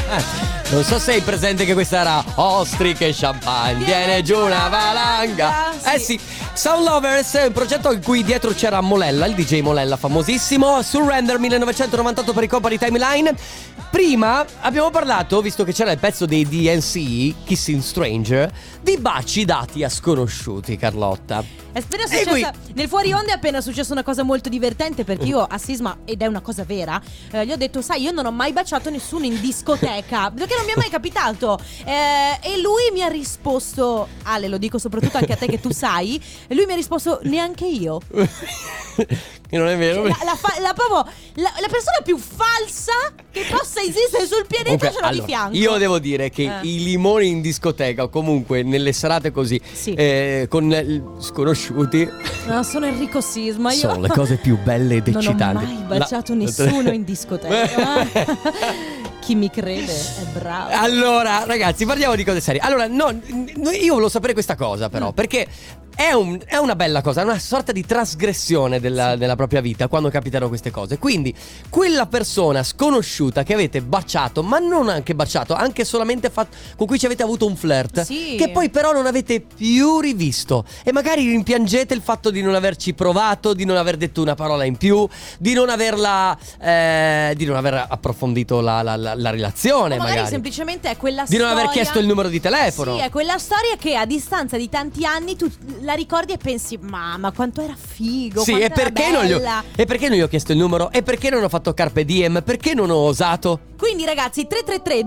Speaker 2: Eh, Non so se hai presente che questa era ostriche e champagne. Viene giù una valanga.
Speaker 1: Ah,
Speaker 2: Eh
Speaker 1: sì.
Speaker 2: sì, Sound Lovers è un progetto in cui dietro c'era Molella, il DJ Molella famosissimo. Surrender 1998 per i Company Timeline. Prima abbiamo parlato, visto che c'era il pezzo dei DNC, Kissing Stranger, di baci dati a sconosciuti, Carlotta.
Speaker 1: È appena
Speaker 2: E qui-
Speaker 1: successa, nel fuori onda è appena successa una cosa molto divertente perché io a Sisma, ed è una cosa vera, eh, gli ho detto, sai, io non ho mai baciato nessuno in discoteca perché non mi è mai capitato. Eh, e lui mi ha risposto, Ale, lo dico soprattutto anche a te che tu sai, e lui mi ha risposto, neanche io.
Speaker 2: Che non è
Speaker 1: Cioè,
Speaker 2: vero.
Speaker 1: La, la fa- la proprio- la- la persona più falsa che possa esistere sul pianeta
Speaker 2: Comunque,
Speaker 1: ce l'ho
Speaker 2: allora,
Speaker 1: di fianco.
Speaker 2: Io devo dire che
Speaker 1: Eh.
Speaker 2: i limoni in discoteca, o comunque nelle serate così,
Speaker 1: Sì.
Speaker 2: eh, con eh, sconosciuti,
Speaker 1: No, sono Enrico Sisma. Io...
Speaker 2: sono le cose più belle ed eccitanti.
Speaker 1: Non ho mai baciato
Speaker 2: La-
Speaker 1: nessuno in discoteca. eh. Chi mi crede è bravo.
Speaker 2: Eh, Allora, ragazzi, parliamo di cose serie. Allora, no, n- io volevo sapere questa cosa, però,
Speaker 1: Mm.
Speaker 2: perché. È, un- è una bella cosa, è una sorta di trasgressione della, della propria vita quando capitano queste cose. Quindi, quella persona sconosciuta che avete baciato, ma non anche baciato, anche solamente fatto, con cui ci avete avuto un flirt,
Speaker 1: Sì.
Speaker 2: che poi però non avete più rivisto. E magari rimpiangete il fatto di non averci provato, di non aver detto una parola in più, di non averla. eh, di non aver approfondito la, la- la- la relazione.
Speaker 1: O magari,
Speaker 2: magari
Speaker 1: semplicemente è quella
Speaker 2: di
Speaker 1: storia
Speaker 2: non aver chiesto il numero di telefono.
Speaker 1: Sì, è quella storia che a distanza di tanti anni tu la ricordi e pensi "Mamma, quanto era figo,
Speaker 2: Sì,
Speaker 1: quanto era
Speaker 2: e perché, non gli ho,
Speaker 1: bella".
Speaker 2: e perché non gli ho chiesto il numero? E perché non ho fatto Carpe Diem? Perché non ho osato?
Speaker 1: Quindi ragazzi 333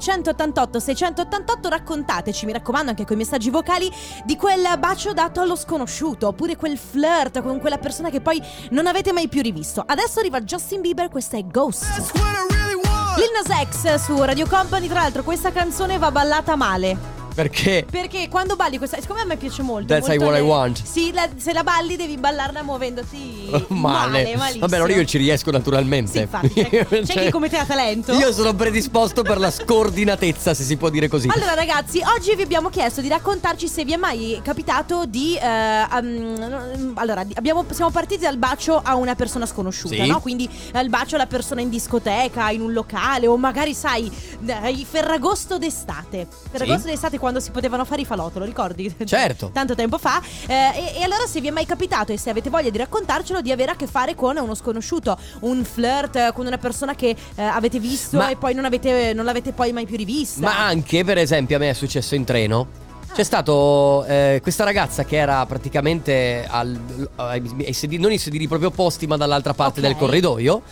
Speaker 1: 2688 688 raccontateci, mi raccomando anche con i messaggi vocali di quel bacio dato allo sconosciuto oppure quel flirt con quella persona che poi non avete mai più rivisto. Adesso arriva Justin Bieber, questa è Ghost. Lil Nas X su Radio Company, tra l'altro questa canzone va ballata male.
Speaker 2: Perché?
Speaker 1: Perché quando balli questa, siccome a me piace molto.
Speaker 2: That's
Speaker 1: molto
Speaker 2: what I
Speaker 1: le-
Speaker 2: want.
Speaker 1: Sì, la- se la balli devi ballarla muovendoti male,
Speaker 2: Male.
Speaker 1: malissimo.
Speaker 2: Vabbè, allora io ci riesco naturalmente.
Speaker 1: Sì, infatti, c'è, c'è
Speaker 2: Cioè,
Speaker 1: chi come te ha talento.
Speaker 2: Io sono predisposto per la scordinatezza, se si può dire così.
Speaker 1: Allora ragazzi, oggi vi abbiamo chiesto di raccontarci se vi è mai capitato di... eh, um, allora, di- abbiamo- siamo partiti dal bacio a una persona sconosciuta,
Speaker 2: Sì.
Speaker 1: no? Quindi eh, il bacio alla persona in discoteca, in un locale o magari, sai, eh, il Ferragosto d'estate. Ferragosto d'estate quando si potevano fare i falò, te lo ricordi?
Speaker 2: Certo.
Speaker 1: Tanto tempo fa. Eh, e, e allora se vi è mai capitato e se avete voglia di raccontarcelo di avere a che fare con uno sconosciuto, un flirt, eh, con una persona che eh, avete visto
Speaker 2: Ma-
Speaker 1: e poi non, avete- non l'avete poi mai più rivista.
Speaker 2: Ma anche, per esempio, a me è successo in treno.
Speaker 1: Ah.
Speaker 2: C'è stato eh, questa ragazza che era praticamente al- ai- ai sedili- non i sedili proprio opposti, ma dall'altra parte
Speaker 1: Ok.
Speaker 2: del corridoio.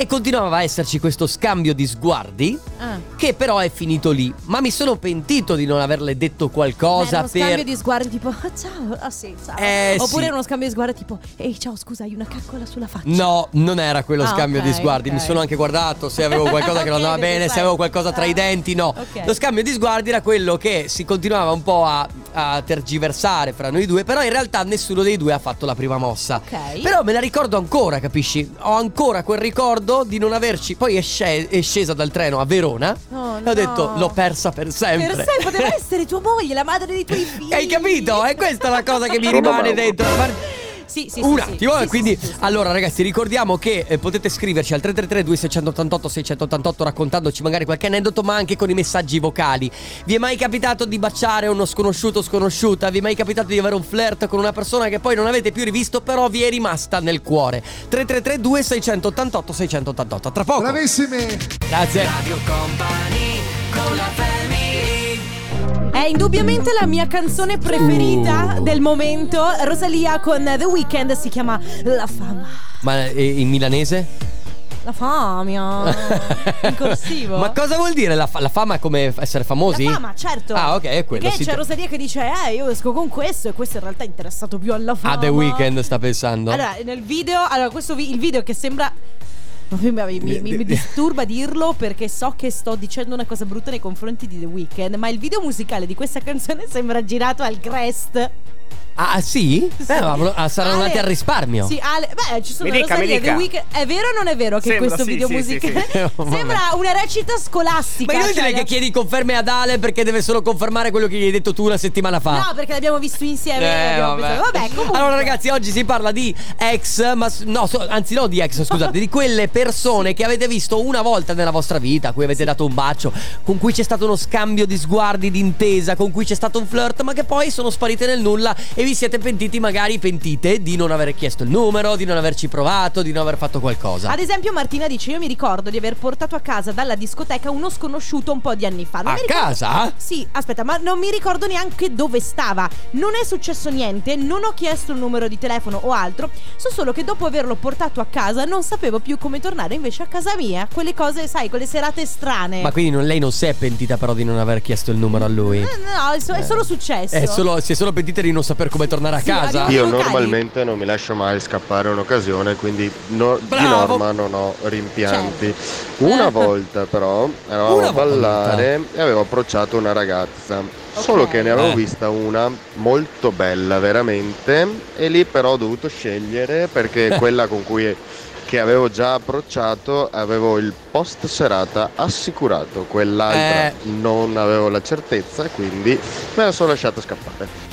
Speaker 2: E continuava a esserci questo scambio di sguardi,
Speaker 1: Ah.
Speaker 2: che però è finito lì. Ma mi sono pentito di non averle detto
Speaker 1: Beh, era
Speaker 2: qualcosa
Speaker 1: uno
Speaker 2: per.
Speaker 1: scambio di sguardi tipo "Ah, ciao, ah sì, ciao.
Speaker 2: Eh, sì.
Speaker 1: Oppure era uno scambio di sguardi tipo ehi ciao, scusa, hai una caccola sulla faccia.
Speaker 2: No, non era quello
Speaker 1: Ah,
Speaker 2: scambio
Speaker 1: ok,
Speaker 2: di sguardi. Mi
Speaker 1: ok.
Speaker 2: sono anche guardato se avevo qualcosa che non
Speaker 1: Ok,
Speaker 2: andava
Speaker 1: perché
Speaker 2: bene, se
Speaker 1: sai-
Speaker 2: avevo qualcosa tra
Speaker 1: Ah,
Speaker 2: i denti, no.
Speaker 1: ok.
Speaker 2: Lo scambio di sguardi era quello che si continuava un po' a, a tergiversare fra noi due, però in realtà nessuno dei due ha fatto la prima mossa.
Speaker 1: Ok.
Speaker 2: Però me la ricordo ancora, capisci? Ho ancora quel ricordo di non averci. Poi è, sce- è scesa dal treno a Verona
Speaker 1: Oh,
Speaker 2: e
Speaker 1: no.
Speaker 2: ho detto l'ho persa per sempre.
Speaker 1: Per sé Cioè, poteva essere tua moglie, la madre dei tuoi figli.
Speaker 2: Hai capito? È questa la cosa che mi rimane dentro. Guarda-
Speaker 1: Sì, sì, sì,
Speaker 2: un
Speaker 1: sì.
Speaker 2: attimo,
Speaker 1: Sì, sì,
Speaker 2: quindi
Speaker 1: sì, sì, sì.
Speaker 2: allora ragazzi ricordiamo che eh, potete scriverci al 333 2688 688 raccontandoci magari qualche aneddoto ma anche con i messaggi vocali. Vi è mai capitato di baciare uno sconosciuto o sconosciuta? Vi è mai capitato di avere un flirt con una persona che poi non avete più rivisto però vi è rimasta nel cuore? 333 2688 688 tra poco.
Speaker 10: Bravissimi!
Speaker 2: Grazie.
Speaker 3: Radio Company con la family
Speaker 1: indubbiamente la mia canzone preferita del momento. Rosalia con The Weeknd si chiama La fama.
Speaker 2: Ma eh, in milanese?
Speaker 1: La famia. Oh, In corsivo.
Speaker 2: Ma cosa vuol dire la, fa- la fama come f- essere famosi?
Speaker 1: La fama, certo.
Speaker 2: Ah, ok, è quello.
Speaker 1: Perché
Speaker 2: sì.
Speaker 1: c'è Rosalia che dice, eh, io esco con questo e questo in realtà è interessato più alla fama.
Speaker 2: Ah, The Weeknd sta pensando.
Speaker 1: Allora, nel video, allora questo vi- il video che sembra. Mi, mi- mi- mi disturba dirlo perché so che sto dicendo una cosa brutta nei confronti di The Weeknd, ma il video musicale di questa canzone sembra girato al Crest.
Speaker 2: Ah, sì?
Speaker 1: Sì.
Speaker 2: Eh, ma- ah, saranno
Speaker 1: Ale-
Speaker 2: andati al risparmio.
Speaker 1: Sì, Ale, beh, ci sono
Speaker 8: Mi dica,
Speaker 1: Rosalia
Speaker 8: mi
Speaker 1: The
Speaker 8: dica.
Speaker 1: Weeknd. È vero o non è vero che
Speaker 8: Sembra,
Speaker 1: questo
Speaker 8: sì,
Speaker 1: video
Speaker 8: sì,
Speaker 1: musicale
Speaker 8: sì,
Speaker 2: sì.
Speaker 1: sembra una recita
Speaker 2: Ma
Speaker 1: scolastica?
Speaker 2: inutile
Speaker 1: cioè-
Speaker 2: che chiedi conferme ad Ale perché deve solo confermare quello che gli hai detto tu una settimana fa.
Speaker 1: No, perché l'abbiamo visto insieme.
Speaker 2: Ah. Eh,
Speaker 1: l'abbiamo pensato. vabbè, comunque.
Speaker 2: Allora, ragazzi, oggi si parla di ex, ma s- no, so- anzi, no, di ex, scusate, di quelle persone che avete visto una volta nella vostra vita, a cui avete dato un bacio, con cui c'è stato uno scambio di sguardi, di intesa, con cui c'è stato un flirt, ma che poi sono sparite nel nulla e vi siete pentiti, magari pentite, di non aver chiesto il numero, di non averci provato, di non aver fatto qualcosa.
Speaker 1: Ad esempio Martina dice Io mi ricordo di aver portato a casa dalla discoteca uno sconosciuto un po' di anni fa Non
Speaker 2: A
Speaker 1: mi ricordo-
Speaker 2: casa?
Speaker 1: Sì, aspetta, ma non mi ricordo neanche dove stava Non è successo niente, non ho chiesto il numero di telefono o altro So solo che dopo averlo portato a casa non sapevo più come tornare invece a casa mia Quelle cose, sai, quelle serate strane
Speaker 2: Ma quindi non- lei non si è pentita però di non aver chiesto il numero a lui?
Speaker 1: Eh, No, è, so- è solo successo
Speaker 2: È solo- si è solo pentita di non saper come tornare a
Speaker 1: Sì,
Speaker 2: casa?
Speaker 1: abbiamo-
Speaker 10: Io
Speaker 1: Locali.
Speaker 10: normalmente non mi lascio mai scappare un'occasione, quindi no- di
Speaker 2: Bravo. Certo.
Speaker 10: norma non ho rimpianti. Una
Speaker 1: Eh.
Speaker 10: volta però eravamo
Speaker 2: Una
Speaker 10: a ballare e avevo approcciato una ragazza, solo che ne avevo
Speaker 2: Eh.
Speaker 10: vista una molto bella veramente e lì però ho dovuto scegliere perché quella con cui che avevo già approcciato avevo il post serata assicurato, quell'altra
Speaker 2: Eh.
Speaker 10: non avevo la certezza, quindi me la sono lasciata scappare.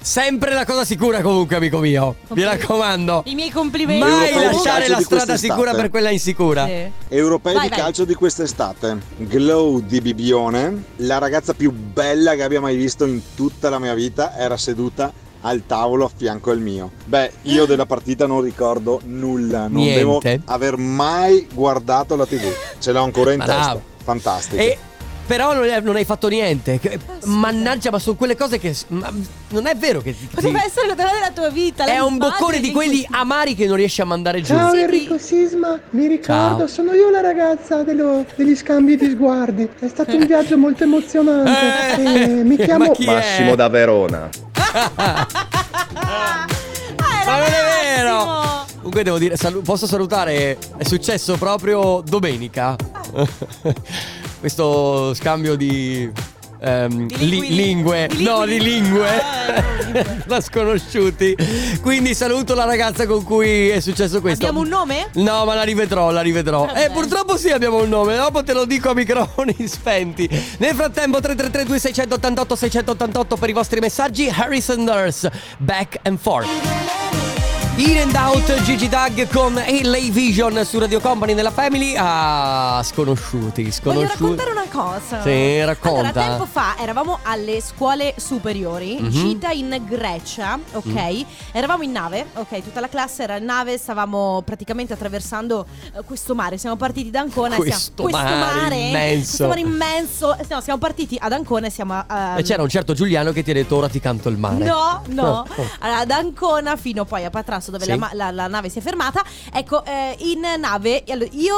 Speaker 2: Sempre la cosa sicura comunque, amico mio. Mi raccomando.
Speaker 1: I miei complimenti
Speaker 2: Mai
Speaker 1: Comunque-
Speaker 6: Europeo di
Speaker 2: lasciare
Speaker 6: calcio
Speaker 2: la
Speaker 6: di
Speaker 2: strada
Speaker 6: quest'estate.
Speaker 2: sicura per quella insicura.
Speaker 1: Sì.
Speaker 6: Europei
Speaker 1: Vai,
Speaker 6: di
Speaker 1: vai.
Speaker 6: calcio di quest'estate. Glow di Bibione, la ragazza più bella che abbia mai visto in tutta la mia vita, era seduta al tavolo a fianco al mio. Beh, io della partita non ricordo nulla, non
Speaker 2: Niente.
Speaker 6: devo aver mai guardato la TV. Ce l'ho ancora in
Speaker 2: Bravo.
Speaker 6: testa. Fantastico.
Speaker 2: E Eh, però non, non hai fatto niente.
Speaker 1: Ah,
Speaker 2: Che- Mannaggia, ma sono quelle cose che. ma non è vero che. ti-
Speaker 1: Poteva essere la della tua vita
Speaker 2: è
Speaker 1: la
Speaker 2: un
Speaker 1: madre
Speaker 2: boccone di
Speaker 1: di
Speaker 2: quelli
Speaker 1: cui-
Speaker 2: amari che non riesci a mandare giù. Eh,
Speaker 11: Ciao
Speaker 1: Sì,
Speaker 11: Enrico
Speaker 1: sì.
Speaker 11: Sisma, mi ricordo,
Speaker 2: Ciao.
Speaker 11: sono io la ragazza dello- degli scambi di sguardi. È stato
Speaker 8: Eh.
Speaker 11: un viaggio molto emozionante.
Speaker 2: Eh,
Speaker 11: Eh, mi
Speaker 2: ma
Speaker 11: chiamo
Speaker 2: chi è? Massimo
Speaker 10: da Verona.
Speaker 1: Ah, era
Speaker 2: Ma non è
Speaker 1: Massimo!
Speaker 2: vero! Comunque devo dire, salu- posso salutare, è successo proprio domenica. Questo scambio di... ehm,
Speaker 1: Di lingue.
Speaker 2: li- lingue,
Speaker 1: Di
Speaker 2: no,
Speaker 1: lingue.
Speaker 2: di lingue
Speaker 1: Ah,
Speaker 2: da sconosciuti. Quindi saluto la ragazza con cui è successo questo.
Speaker 1: Abbiamo un nome?
Speaker 2: No, ma la rivedrò, la rivedrò.
Speaker 1: Vabbè.
Speaker 2: Eh, purtroppo sì, abbiamo un nome. Dopo te lo dico a microfoni spenti. Nel frattempo, 333-2688-688 per i vostri messaggi. Harry Sanders, back and forth. In and out Gigi Doug con LA Vision su Radio Company nella Family. Ah, sconosciuti,
Speaker 1: Voglio
Speaker 2: sconosciuti.
Speaker 1: raccontare una cosa.
Speaker 2: Sì, racconta.
Speaker 1: Allora, tempo fa eravamo alle scuole superiori,
Speaker 2: Mhm. Mm.
Speaker 1: gita in Grecia, ok? Eravamo in nave, ok? Tutta la classe era in nave, stavamo praticamente attraversando eh, questo mare. Siamo partiti da Ancona. e siamo-
Speaker 2: Questo mare immenso.
Speaker 1: Questo mare immenso. Eh, No, siamo partiti ad Ancona e siamo ehm, a...
Speaker 2: E c'era un certo Giuliano che ti ha detto ora ti canto il mare.
Speaker 1: No, no.
Speaker 2: Oh.
Speaker 1: Allora, da Ancona fino poi a Patrasso dove
Speaker 2: Sì.
Speaker 1: la, ma- la- la nave si è fermata. Ecco, eh, in nave allora, io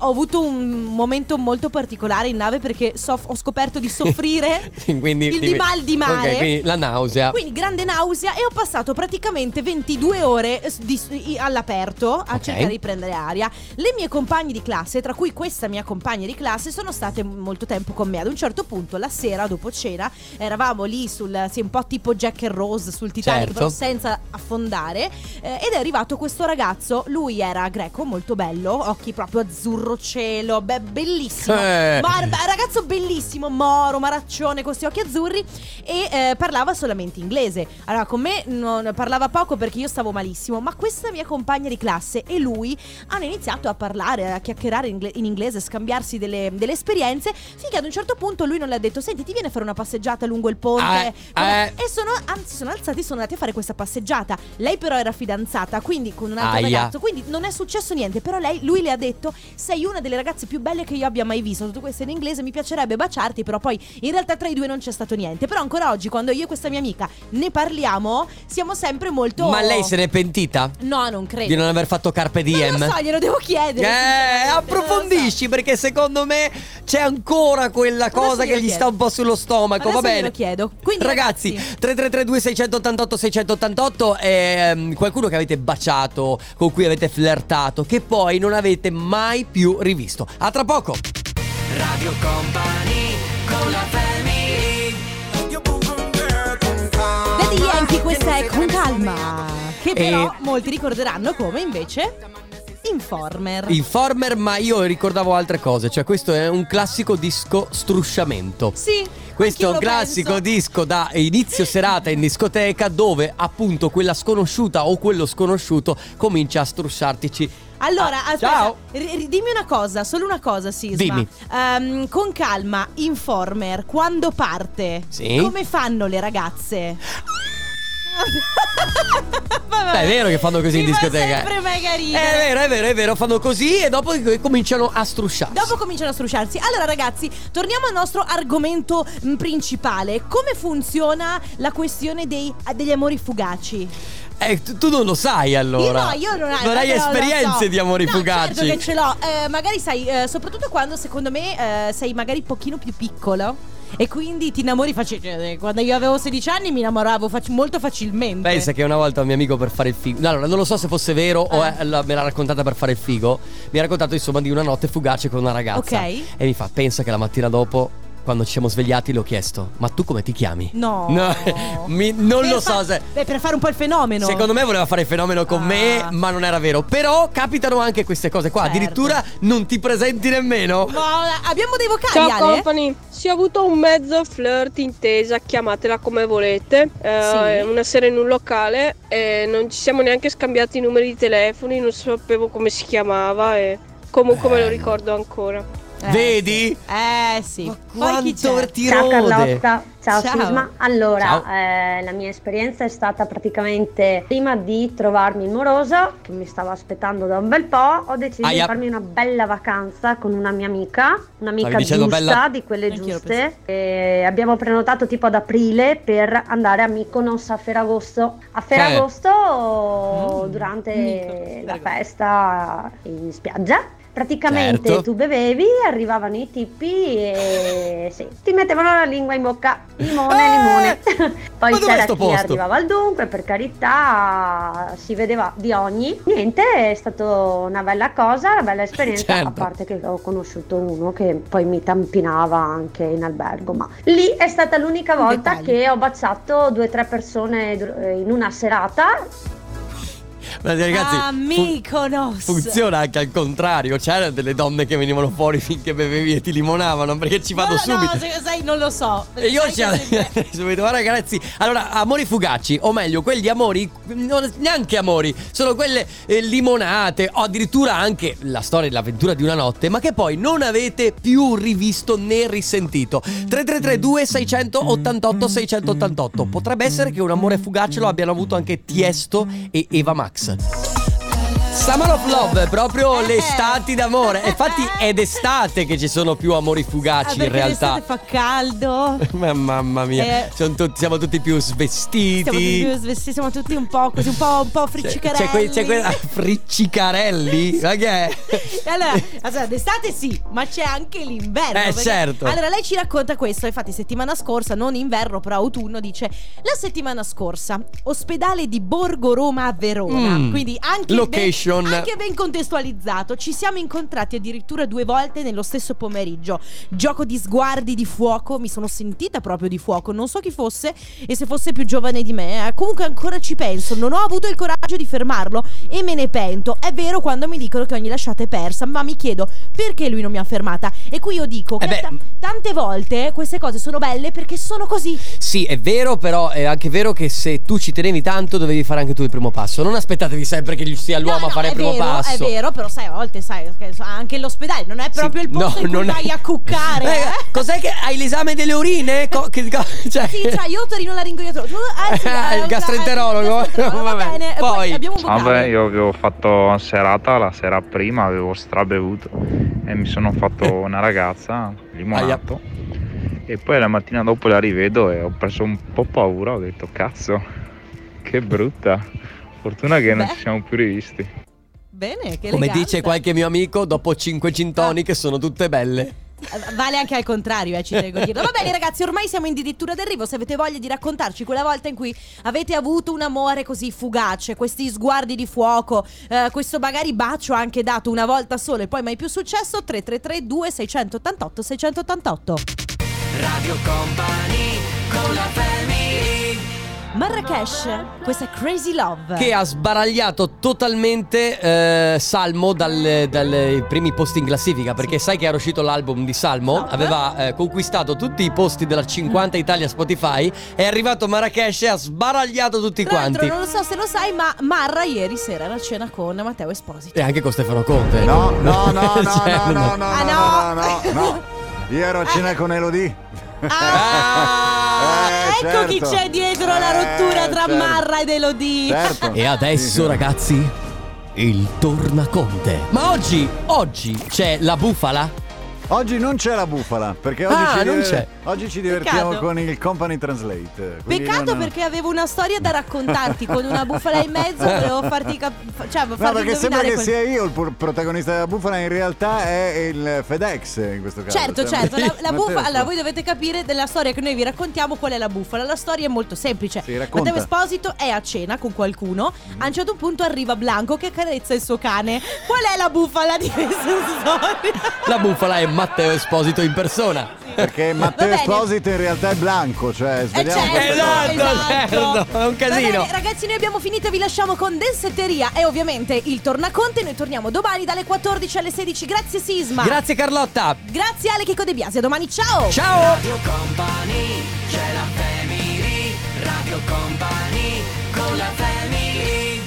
Speaker 1: ho avuto un momento molto particolare in nave perché soff- ho scoperto di soffrire
Speaker 2: quindi,
Speaker 1: il di mal di mare.
Speaker 2: Ok, quindi la nausea.
Speaker 1: Quindi grande nausea e ho passato praticamente 22 ore eh, di- i- all'aperto a
Speaker 2: Ok.
Speaker 1: cercare di prendere aria. Le mie compagne di classe, tra cui questa mia compagna di classe, sono state molto tempo con me. Ad un certo punto, la sera dopo cena, eravamo lì sul sì, un po' tipo Jack and Rose sul Titanic,
Speaker 2: Certo.
Speaker 1: però senza affondare. eh, ed è arrivato questo ragazzo, lui era greco, molto bello, occhi proprio azzurro cielo, beh, bellissimo.
Speaker 2: Eh.
Speaker 1: Ma ma ragazzo bellissimo, moro, maraccione, con questi occhi azzurri e eh, parlava solamente inglese. Allora, con me non parlava poco perché io stavo malissimo, ma questa mia compagna di classe e lui hanno iniziato a parlare, a chiacchierare in, ingle- in inglese, a scambiarsi delle, delle esperienze, finché ad un certo punto lui non le ha detto, senti, ti viene a fare una passeggiata lungo il ponte?
Speaker 2: Ah,
Speaker 1: Come-
Speaker 2: eh.
Speaker 1: E sono, anzi, sono alzati, sono andati a fare questa passeggiata. Lei però era fidanzata, quindi con un altro
Speaker 2: Aia.
Speaker 1: ragazzo, quindi non è successo niente, però lei, lui le ha detto, sei sei una delle ragazze più belle che io abbia mai visto. Tutto questo in inglese, mi piacerebbe baciarti, però poi in realtà tra i due non c'è stato niente. Però ancora oggi, quando io e questa mia amica ne parliamo, siamo sempre molto.
Speaker 2: Ma lei se n'è pentita?
Speaker 1: No, non credo.
Speaker 2: Di non aver fatto carpe diem?
Speaker 1: Non lo so, glielo devo chiedere.
Speaker 2: Eh,
Speaker 1: sinceramente,
Speaker 2: approfondisci perché secondo me c'è ancora quella
Speaker 1: Adesso
Speaker 2: cosa
Speaker 1: glielo
Speaker 2: che gli
Speaker 1: chiedo.
Speaker 2: sta un po' sullo stomaco.
Speaker 1: Adesso
Speaker 2: Va bene.
Speaker 1: glielo chiedo. Quindi,
Speaker 2: ragazzi, 3332 688 688 ehm, qualcuno che avete baciato, con cui avete flirtato, che poi non avete mai più rivisto. A tra poco.
Speaker 3: Radio Company con la family
Speaker 1: Daddy Yankee, questa è con calma. Che però
Speaker 2: E-
Speaker 1: molti ricorderanno come invece Informer.
Speaker 2: Informer, ma io ricordavo altre cose, cioè questo è un classico disco strusciamento.
Speaker 1: sì.
Speaker 2: Questo è un
Speaker 1: anch'io lo
Speaker 2: classico
Speaker 1: penso.
Speaker 2: disco da inizio serata in discoteca dove appunto quella sconosciuta o quello sconosciuto comincia a strusciartici.
Speaker 1: Allora,
Speaker 2: Ah,
Speaker 1: aspetta,
Speaker 2: ciao.
Speaker 1: ri- ri- dimmi una cosa, solo una cosa, Sisma.
Speaker 2: Dimmi.
Speaker 1: Ehm, con calma, Informer, quando parte?
Speaker 2: Sì.
Speaker 1: Come fanno le ragazze? Vabbè.
Speaker 2: Beh, è vero che fanno così in
Speaker 1: Mi fa
Speaker 2: discoteca. eh.
Speaker 1: sempre mega
Speaker 2: È
Speaker 1: ridere.
Speaker 2: vero, è vero, è vero, fanno così e dopo che cominciano a strusciarsi.
Speaker 1: Dopo cominciano a strusciarsi. Allora, ragazzi, torniamo al nostro argomento mh, principale. Come funziona la questione dei- degli amori fugaci?
Speaker 2: Eh, tu, tu non lo sai allora.
Speaker 1: Io no, io non,
Speaker 2: Non
Speaker 1: però
Speaker 2: hai
Speaker 1: lo
Speaker 2: esperienze
Speaker 1: so.
Speaker 2: di amori
Speaker 1: No,
Speaker 2: fugaci.
Speaker 1: Certo che ce l'ho. Eh, magari sai, eh, soprattutto quando secondo me eh, sei magari un pochino più piccolo. E quindi ti innamori facilmente. Quando io avevo 16 anni mi innamoravo fac- molto facilmente.
Speaker 2: Pensa che una volta un mio amico per fare il figo. no, Allora, non lo so se fosse vero o è- la- me l'ha raccontata per fare il figo. Mi ha raccontato, insomma, di una notte fugace con una ragazza.
Speaker 1: Ok.
Speaker 2: E mi fa: Pensa che la mattina dopo, quando ci siamo svegliati, le ho chiesto: Ma tu come ti chiami?
Speaker 1: No.
Speaker 2: mi- non
Speaker 1: Per
Speaker 2: lo
Speaker 1: fa-
Speaker 2: so se.
Speaker 1: Beh, per fare un po' il fenomeno.
Speaker 2: Secondo me voleva fare il fenomeno con me,
Speaker 1: Ah.
Speaker 2: ma non era vero. Però capitano anche queste cose qua.
Speaker 1: Certo.
Speaker 2: Addirittura non ti presenti nemmeno.
Speaker 1: Ma eh, abbiamo dei vocali,
Speaker 8: Ciao
Speaker 1: Ale?
Speaker 8: company, si è avuto un mezzo flirt intesa, chiamatela come volete, eh,
Speaker 1: Sì.
Speaker 8: una sera in un locale e non ci siamo neanche scambiati i numeri di telefoni, non sapevo come si chiamava e comunque me lo ricordo ancora.
Speaker 1: Eh,
Speaker 2: Vedi?
Speaker 1: Eh sì. Poi chi c'è?
Speaker 2: ti
Speaker 12: Ciao
Speaker 2: rode?
Speaker 12: Carlotta, ciao,
Speaker 1: Ciao.
Speaker 12: Sisma. Allora,
Speaker 2: Ciao.
Speaker 12: eh, la mia esperienza è stata praticamente prima di trovarmi in morosa, che mi stavo aspettando da un bel po', ho deciso
Speaker 2: Aia.
Speaker 12: di farmi una bella vacanza con una mia amica, un'amica
Speaker 2: Stavi dicendo
Speaker 12: giusta,
Speaker 2: bella?
Speaker 12: di quelle
Speaker 1: Anch'io lo
Speaker 12: giuste. E abbiamo prenotato tipo ad aprile per andare a Mykonos a Ferragosto. A Ferragosto
Speaker 1: Mm,
Speaker 12: durante
Speaker 1: Mykonos,
Speaker 12: la
Speaker 1: Ferragosto.
Speaker 12: festa in spiaggia. Praticamente
Speaker 2: Certo.
Speaker 12: tu bevevi, arrivavano i tipi e sì, ti mettevano la lingua in bocca, limone,
Speaker 2: Eh!
Speaker 12: limone. Poi
Speaker 2: Ma dov'è
Speaker 12: c'era
Speaker 2: sto
Speaker 12: chi
Speaker 2: posto?
Speaker 12: arrivava al dunque, per carità, si vedeva di ogni. Niente, è stata una bella cosa, una bella esperienza,
Speaker 2: Certo.
Speaker 12: a parte che ho conosciuto uno che poi mi tampinava anche in albergo, ma lì è stata l'unica
Speaker 1: Un
Speaker 12: volta
Speaker 1: dettaglio.
Speaker 12: che ho baciato due o tre persone dur- in una serata.
Speaker 2: Guardate, eh, Ragazzi,
Speaker 1: Ah, Mykonos.
Speaker 2: Funziona anche al contrario, c'erano delle donne che venivano fuori finché bevevi e ti limonavano perché ci vado
Speaker 1: no,
Speaker 2: subito.
Speaker 1: No, se- sai, non lo so.
Speaker 2: E io
Speaker 1: Sai
Speaker 2: ci
Speaker 1: che se-
Speaker 2: subito, ma ragazzi, allora amori fugaci, o meglio, quegli amori, non- neanche amori, sono quelle eh, limonate, o addirittura anche la storia e l'avventura di una notte, ma che poi non avete più rivisto né risentito. 3332 688 688, potrebbe essere che un amore fugace lo abbiano avuto anche Tiesto e Eva Max. Summer of Love, proprio
Speaker 1: Eh.
Speaker 2: le estati d'amore. Infatti è d'estate che ci sono più amori
Speaker 1: Ah,
Speaker 2: fugaci
Speaker 1: perché
Speaker 2: in realtà.
Speaker 1: d'estate fa caldo.
Speaker 2: Ma mamma mia,
Speaker 1: Eh.
Speaker 2: sono tutti- siamo tutti più
Speaker 1: Siamo tutti,
Speaker 2: svestiti.
Speaker 1: più svestiti, siamo tutti un po' così, un po', un po
Speaker 2: C'è,
Speaker 1: friccicarelli.
Speaker 2: c'è que- c'è quella friccicarelli? Ma che è?
Speaker 1: Allora, allora, d'estate sì, ma c'è anche l'inverno.
Speaker 2: Eh, certo.
Speaker 1: Allora, lei ci racconta questo. Infatti, settimana scorsa, non inverno, però autunno, dice: La settimana scorsa, ospedale di Borgo Roma a Verona.
Speaker 2: Mm.
Speaker 1: Quindi anche
Speaker 2: Location.
Speaker 1: Ben, anche ben contestualizzato. Ci siamo incontrati addirittura due volte nello stesso pomeriggio. Gioco di sguardi di fuoco. Mi sono sentita proprio di fuoco. Non so chi fosse e se fosse più giovane di me. eh. Comunque ancora ci penso. Non ho avuto il coraggio di fermarlo e me ne pento. È vero quando mi dicono che ogni lasciata è persa, ma mi chiedo perché lui non mi ha fermata. E qui io dico
Speaker 2: Eh
Speaker 1: che
Speaker 2: beh.
Speaker 1: ta- tante volte queste cose sono belle perché sono così.
Speaker 2: Sì, è vero, però è anche vero che se tu ci tenevi tanto dovevi fare anche tu il primo passo. Non aspettatevi sempre che gli sia l'uomo
Speaker 1: no,
Speaker 2: a fare
Speaker 1: è
Speaker 2: il primo
Speaker 1: vero,
Speaker 2: passo.
Speaker 1: È vero, però sai, a volte sai, che so- anche l'ospedale non è proprio il posto
Speaker 2: no,
Speaker 1: in cui
Speaker 2: non è-
Speaker 1: vai a cuccare.
Speaker 2: Eh,
Speaker 1: eh?
Speaker 2: cos'è che hai l'esame delle urine? Co- che- co- cioè-
Speaker 1: Sì, cioè io torino la ringoiatore. Eh, sì, eh,
Speaker 2: il gastroenterologo.
Speaker 1: Va
Speaker 2: Vabbè.
Speaker 1: bene, e poi
Speaker 2: Poi-
Speaker 1: abbiamo votato.
Speaker 13: Vabbè, io avevo fatto serata la sera prima, avevo strabevuto e mi sono fatto una ragazza, limonato. E poi la mattina dopo la rivedo e ho preso un po' paura, ho detto cazzo, che brutta. Fortuna che non
Speaker 1: Beh.
Speaker 13: ci siamo più rivisti.
Speaker 1: Bene, che
Speaker 2: Come
Speaker 1: elegante.
Speaker 2: dice qualche mio amico, dopo 5 cintoniche sono tutte belle.
Speaker 1: Eh, Vale anche al contrario, eh, ci tengo a dirlo. Va bene, ragazzi, ormai siamo in dirittura d'arrivo. Se avete voglia di raccontarci quella volta in cui avete avuto un amore così fugace, questi sguardi di fuoco, eh, questo magari bacio anche dato una volta solo e poi mai più successo, 333 2688 688.
Speaker 3: Radio Company con la family
Speaker 1: Marrakesh, questa è Crazy Love.
Speaker 2: Che ha sbaragliato totalmente eh, Salmo dal- dai primi posti in classifica. Perché sai che era uscito l'album di Salmo,
Speaker 1: Ah.
Speaker 2: aveva eh, conquistato tutti i posti della 50 Italia Spotify. È arrivato Marrakesh e ha sbaragliato tutti
Speaker 1: Tra l'altro,
Speaker 2: quanti.
Speaker 1: non lo so se lo sai, ma Marra ieri sera era a cena con Matteo Esposito.
Speaker 2: E anche con Stefano Conte.
Speaker 14: No, no, no, no,
Speaker 2: Cioè,
Speaker 14: no, no, no,
Speaker 1: Ah, Eh.
Speaker 14: no, no, no, no. Io ero a cena con Elodie.
Speaker 1: Ah, ecco chi
Speaker 14: certo.
Speaker 1: c'è dietro la rottura tra
Speaker 14: certo.
Speaker 1: Marra ed Elodie.
Speaker 2: E adesso, ragazzi, il tornaconte. Ma oggi, oggi c'è la bufala?
Speaker 14: Oggi non c'è la bufala, perché oggi,
Speaker 2: Ah,
Speaker 14: ci,
Speaker 2: non c'è.
Speaker 14: oggi ci divertiamo
Speaker 1: Peccato.
Speaker 14: con il Company Translate. quindi
Speaker 1: Peccato
Speaker 14: non-
Speaker 1: perché avevo una storia da raccontarti con una bufala in mezzo, volevo farti capire. Cioè,
Speaker 14: No,
Speaker 1: farti
Speaker 14: perché sembra
Speaker 1: indovinare
Speaker 14: che
Speaker 1: quel-
Speaker 14: sia io il pur- protagonista della bufala, in realtà è il FedEx in questo caso.
Speaker 1: Certo,
Speaker 14: Sembra-
Speaker 1: certo, la, la
Speaker 14: Matteo,
Speaker 1: bufala, allora
Speaker 14: scusa.
Speaker 1: voi dovete capire della storia che noi vi raccontiamo qual è la bufala. La storia è molto semplice.
Speaker 14: Sì, racconta. Mm-hmm.
Speaker 1: Matteo Esposito è a cena con qualcuno, a un certo punto arriva Blanco che carezza il suo cane. Qual è la bufala di questa storia?
Speaker 2: La bufala è Matteo Esposito in persona.
Speaker 14: Perché
Speaker 1: Va
Speaker 14: Matteo
Speaker 1: bene.
Speaker 14: Esposito in realtà è blanco, cioè svegliamo
Speaker 1: certo,
Speaker 14: questa cosa.
Speaker 1: esatto.
Speaker 2: Eh, certo, è
Speaker 1: Va
Speaker 2: un casino.
Speaker 1: bene, ragazzi, noi abbiamo finito, vi lasciamo con Densetteria e ovviamente il tornaconte. Noi torniamo domani dalle 14 alle 16. Grazie Sisma.
Speaker 2: Grazie Carlotta.
Speaker 1: Grazie Ale Chico De Biasi, a domani, ciao!
Speaker 2: Ciao!
Speaker 3: Radio Company c'è la family Radio Company con la family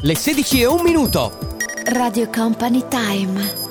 Speaker 2: Le 16 e un minuto.
Speaker 15: Radio Company Time.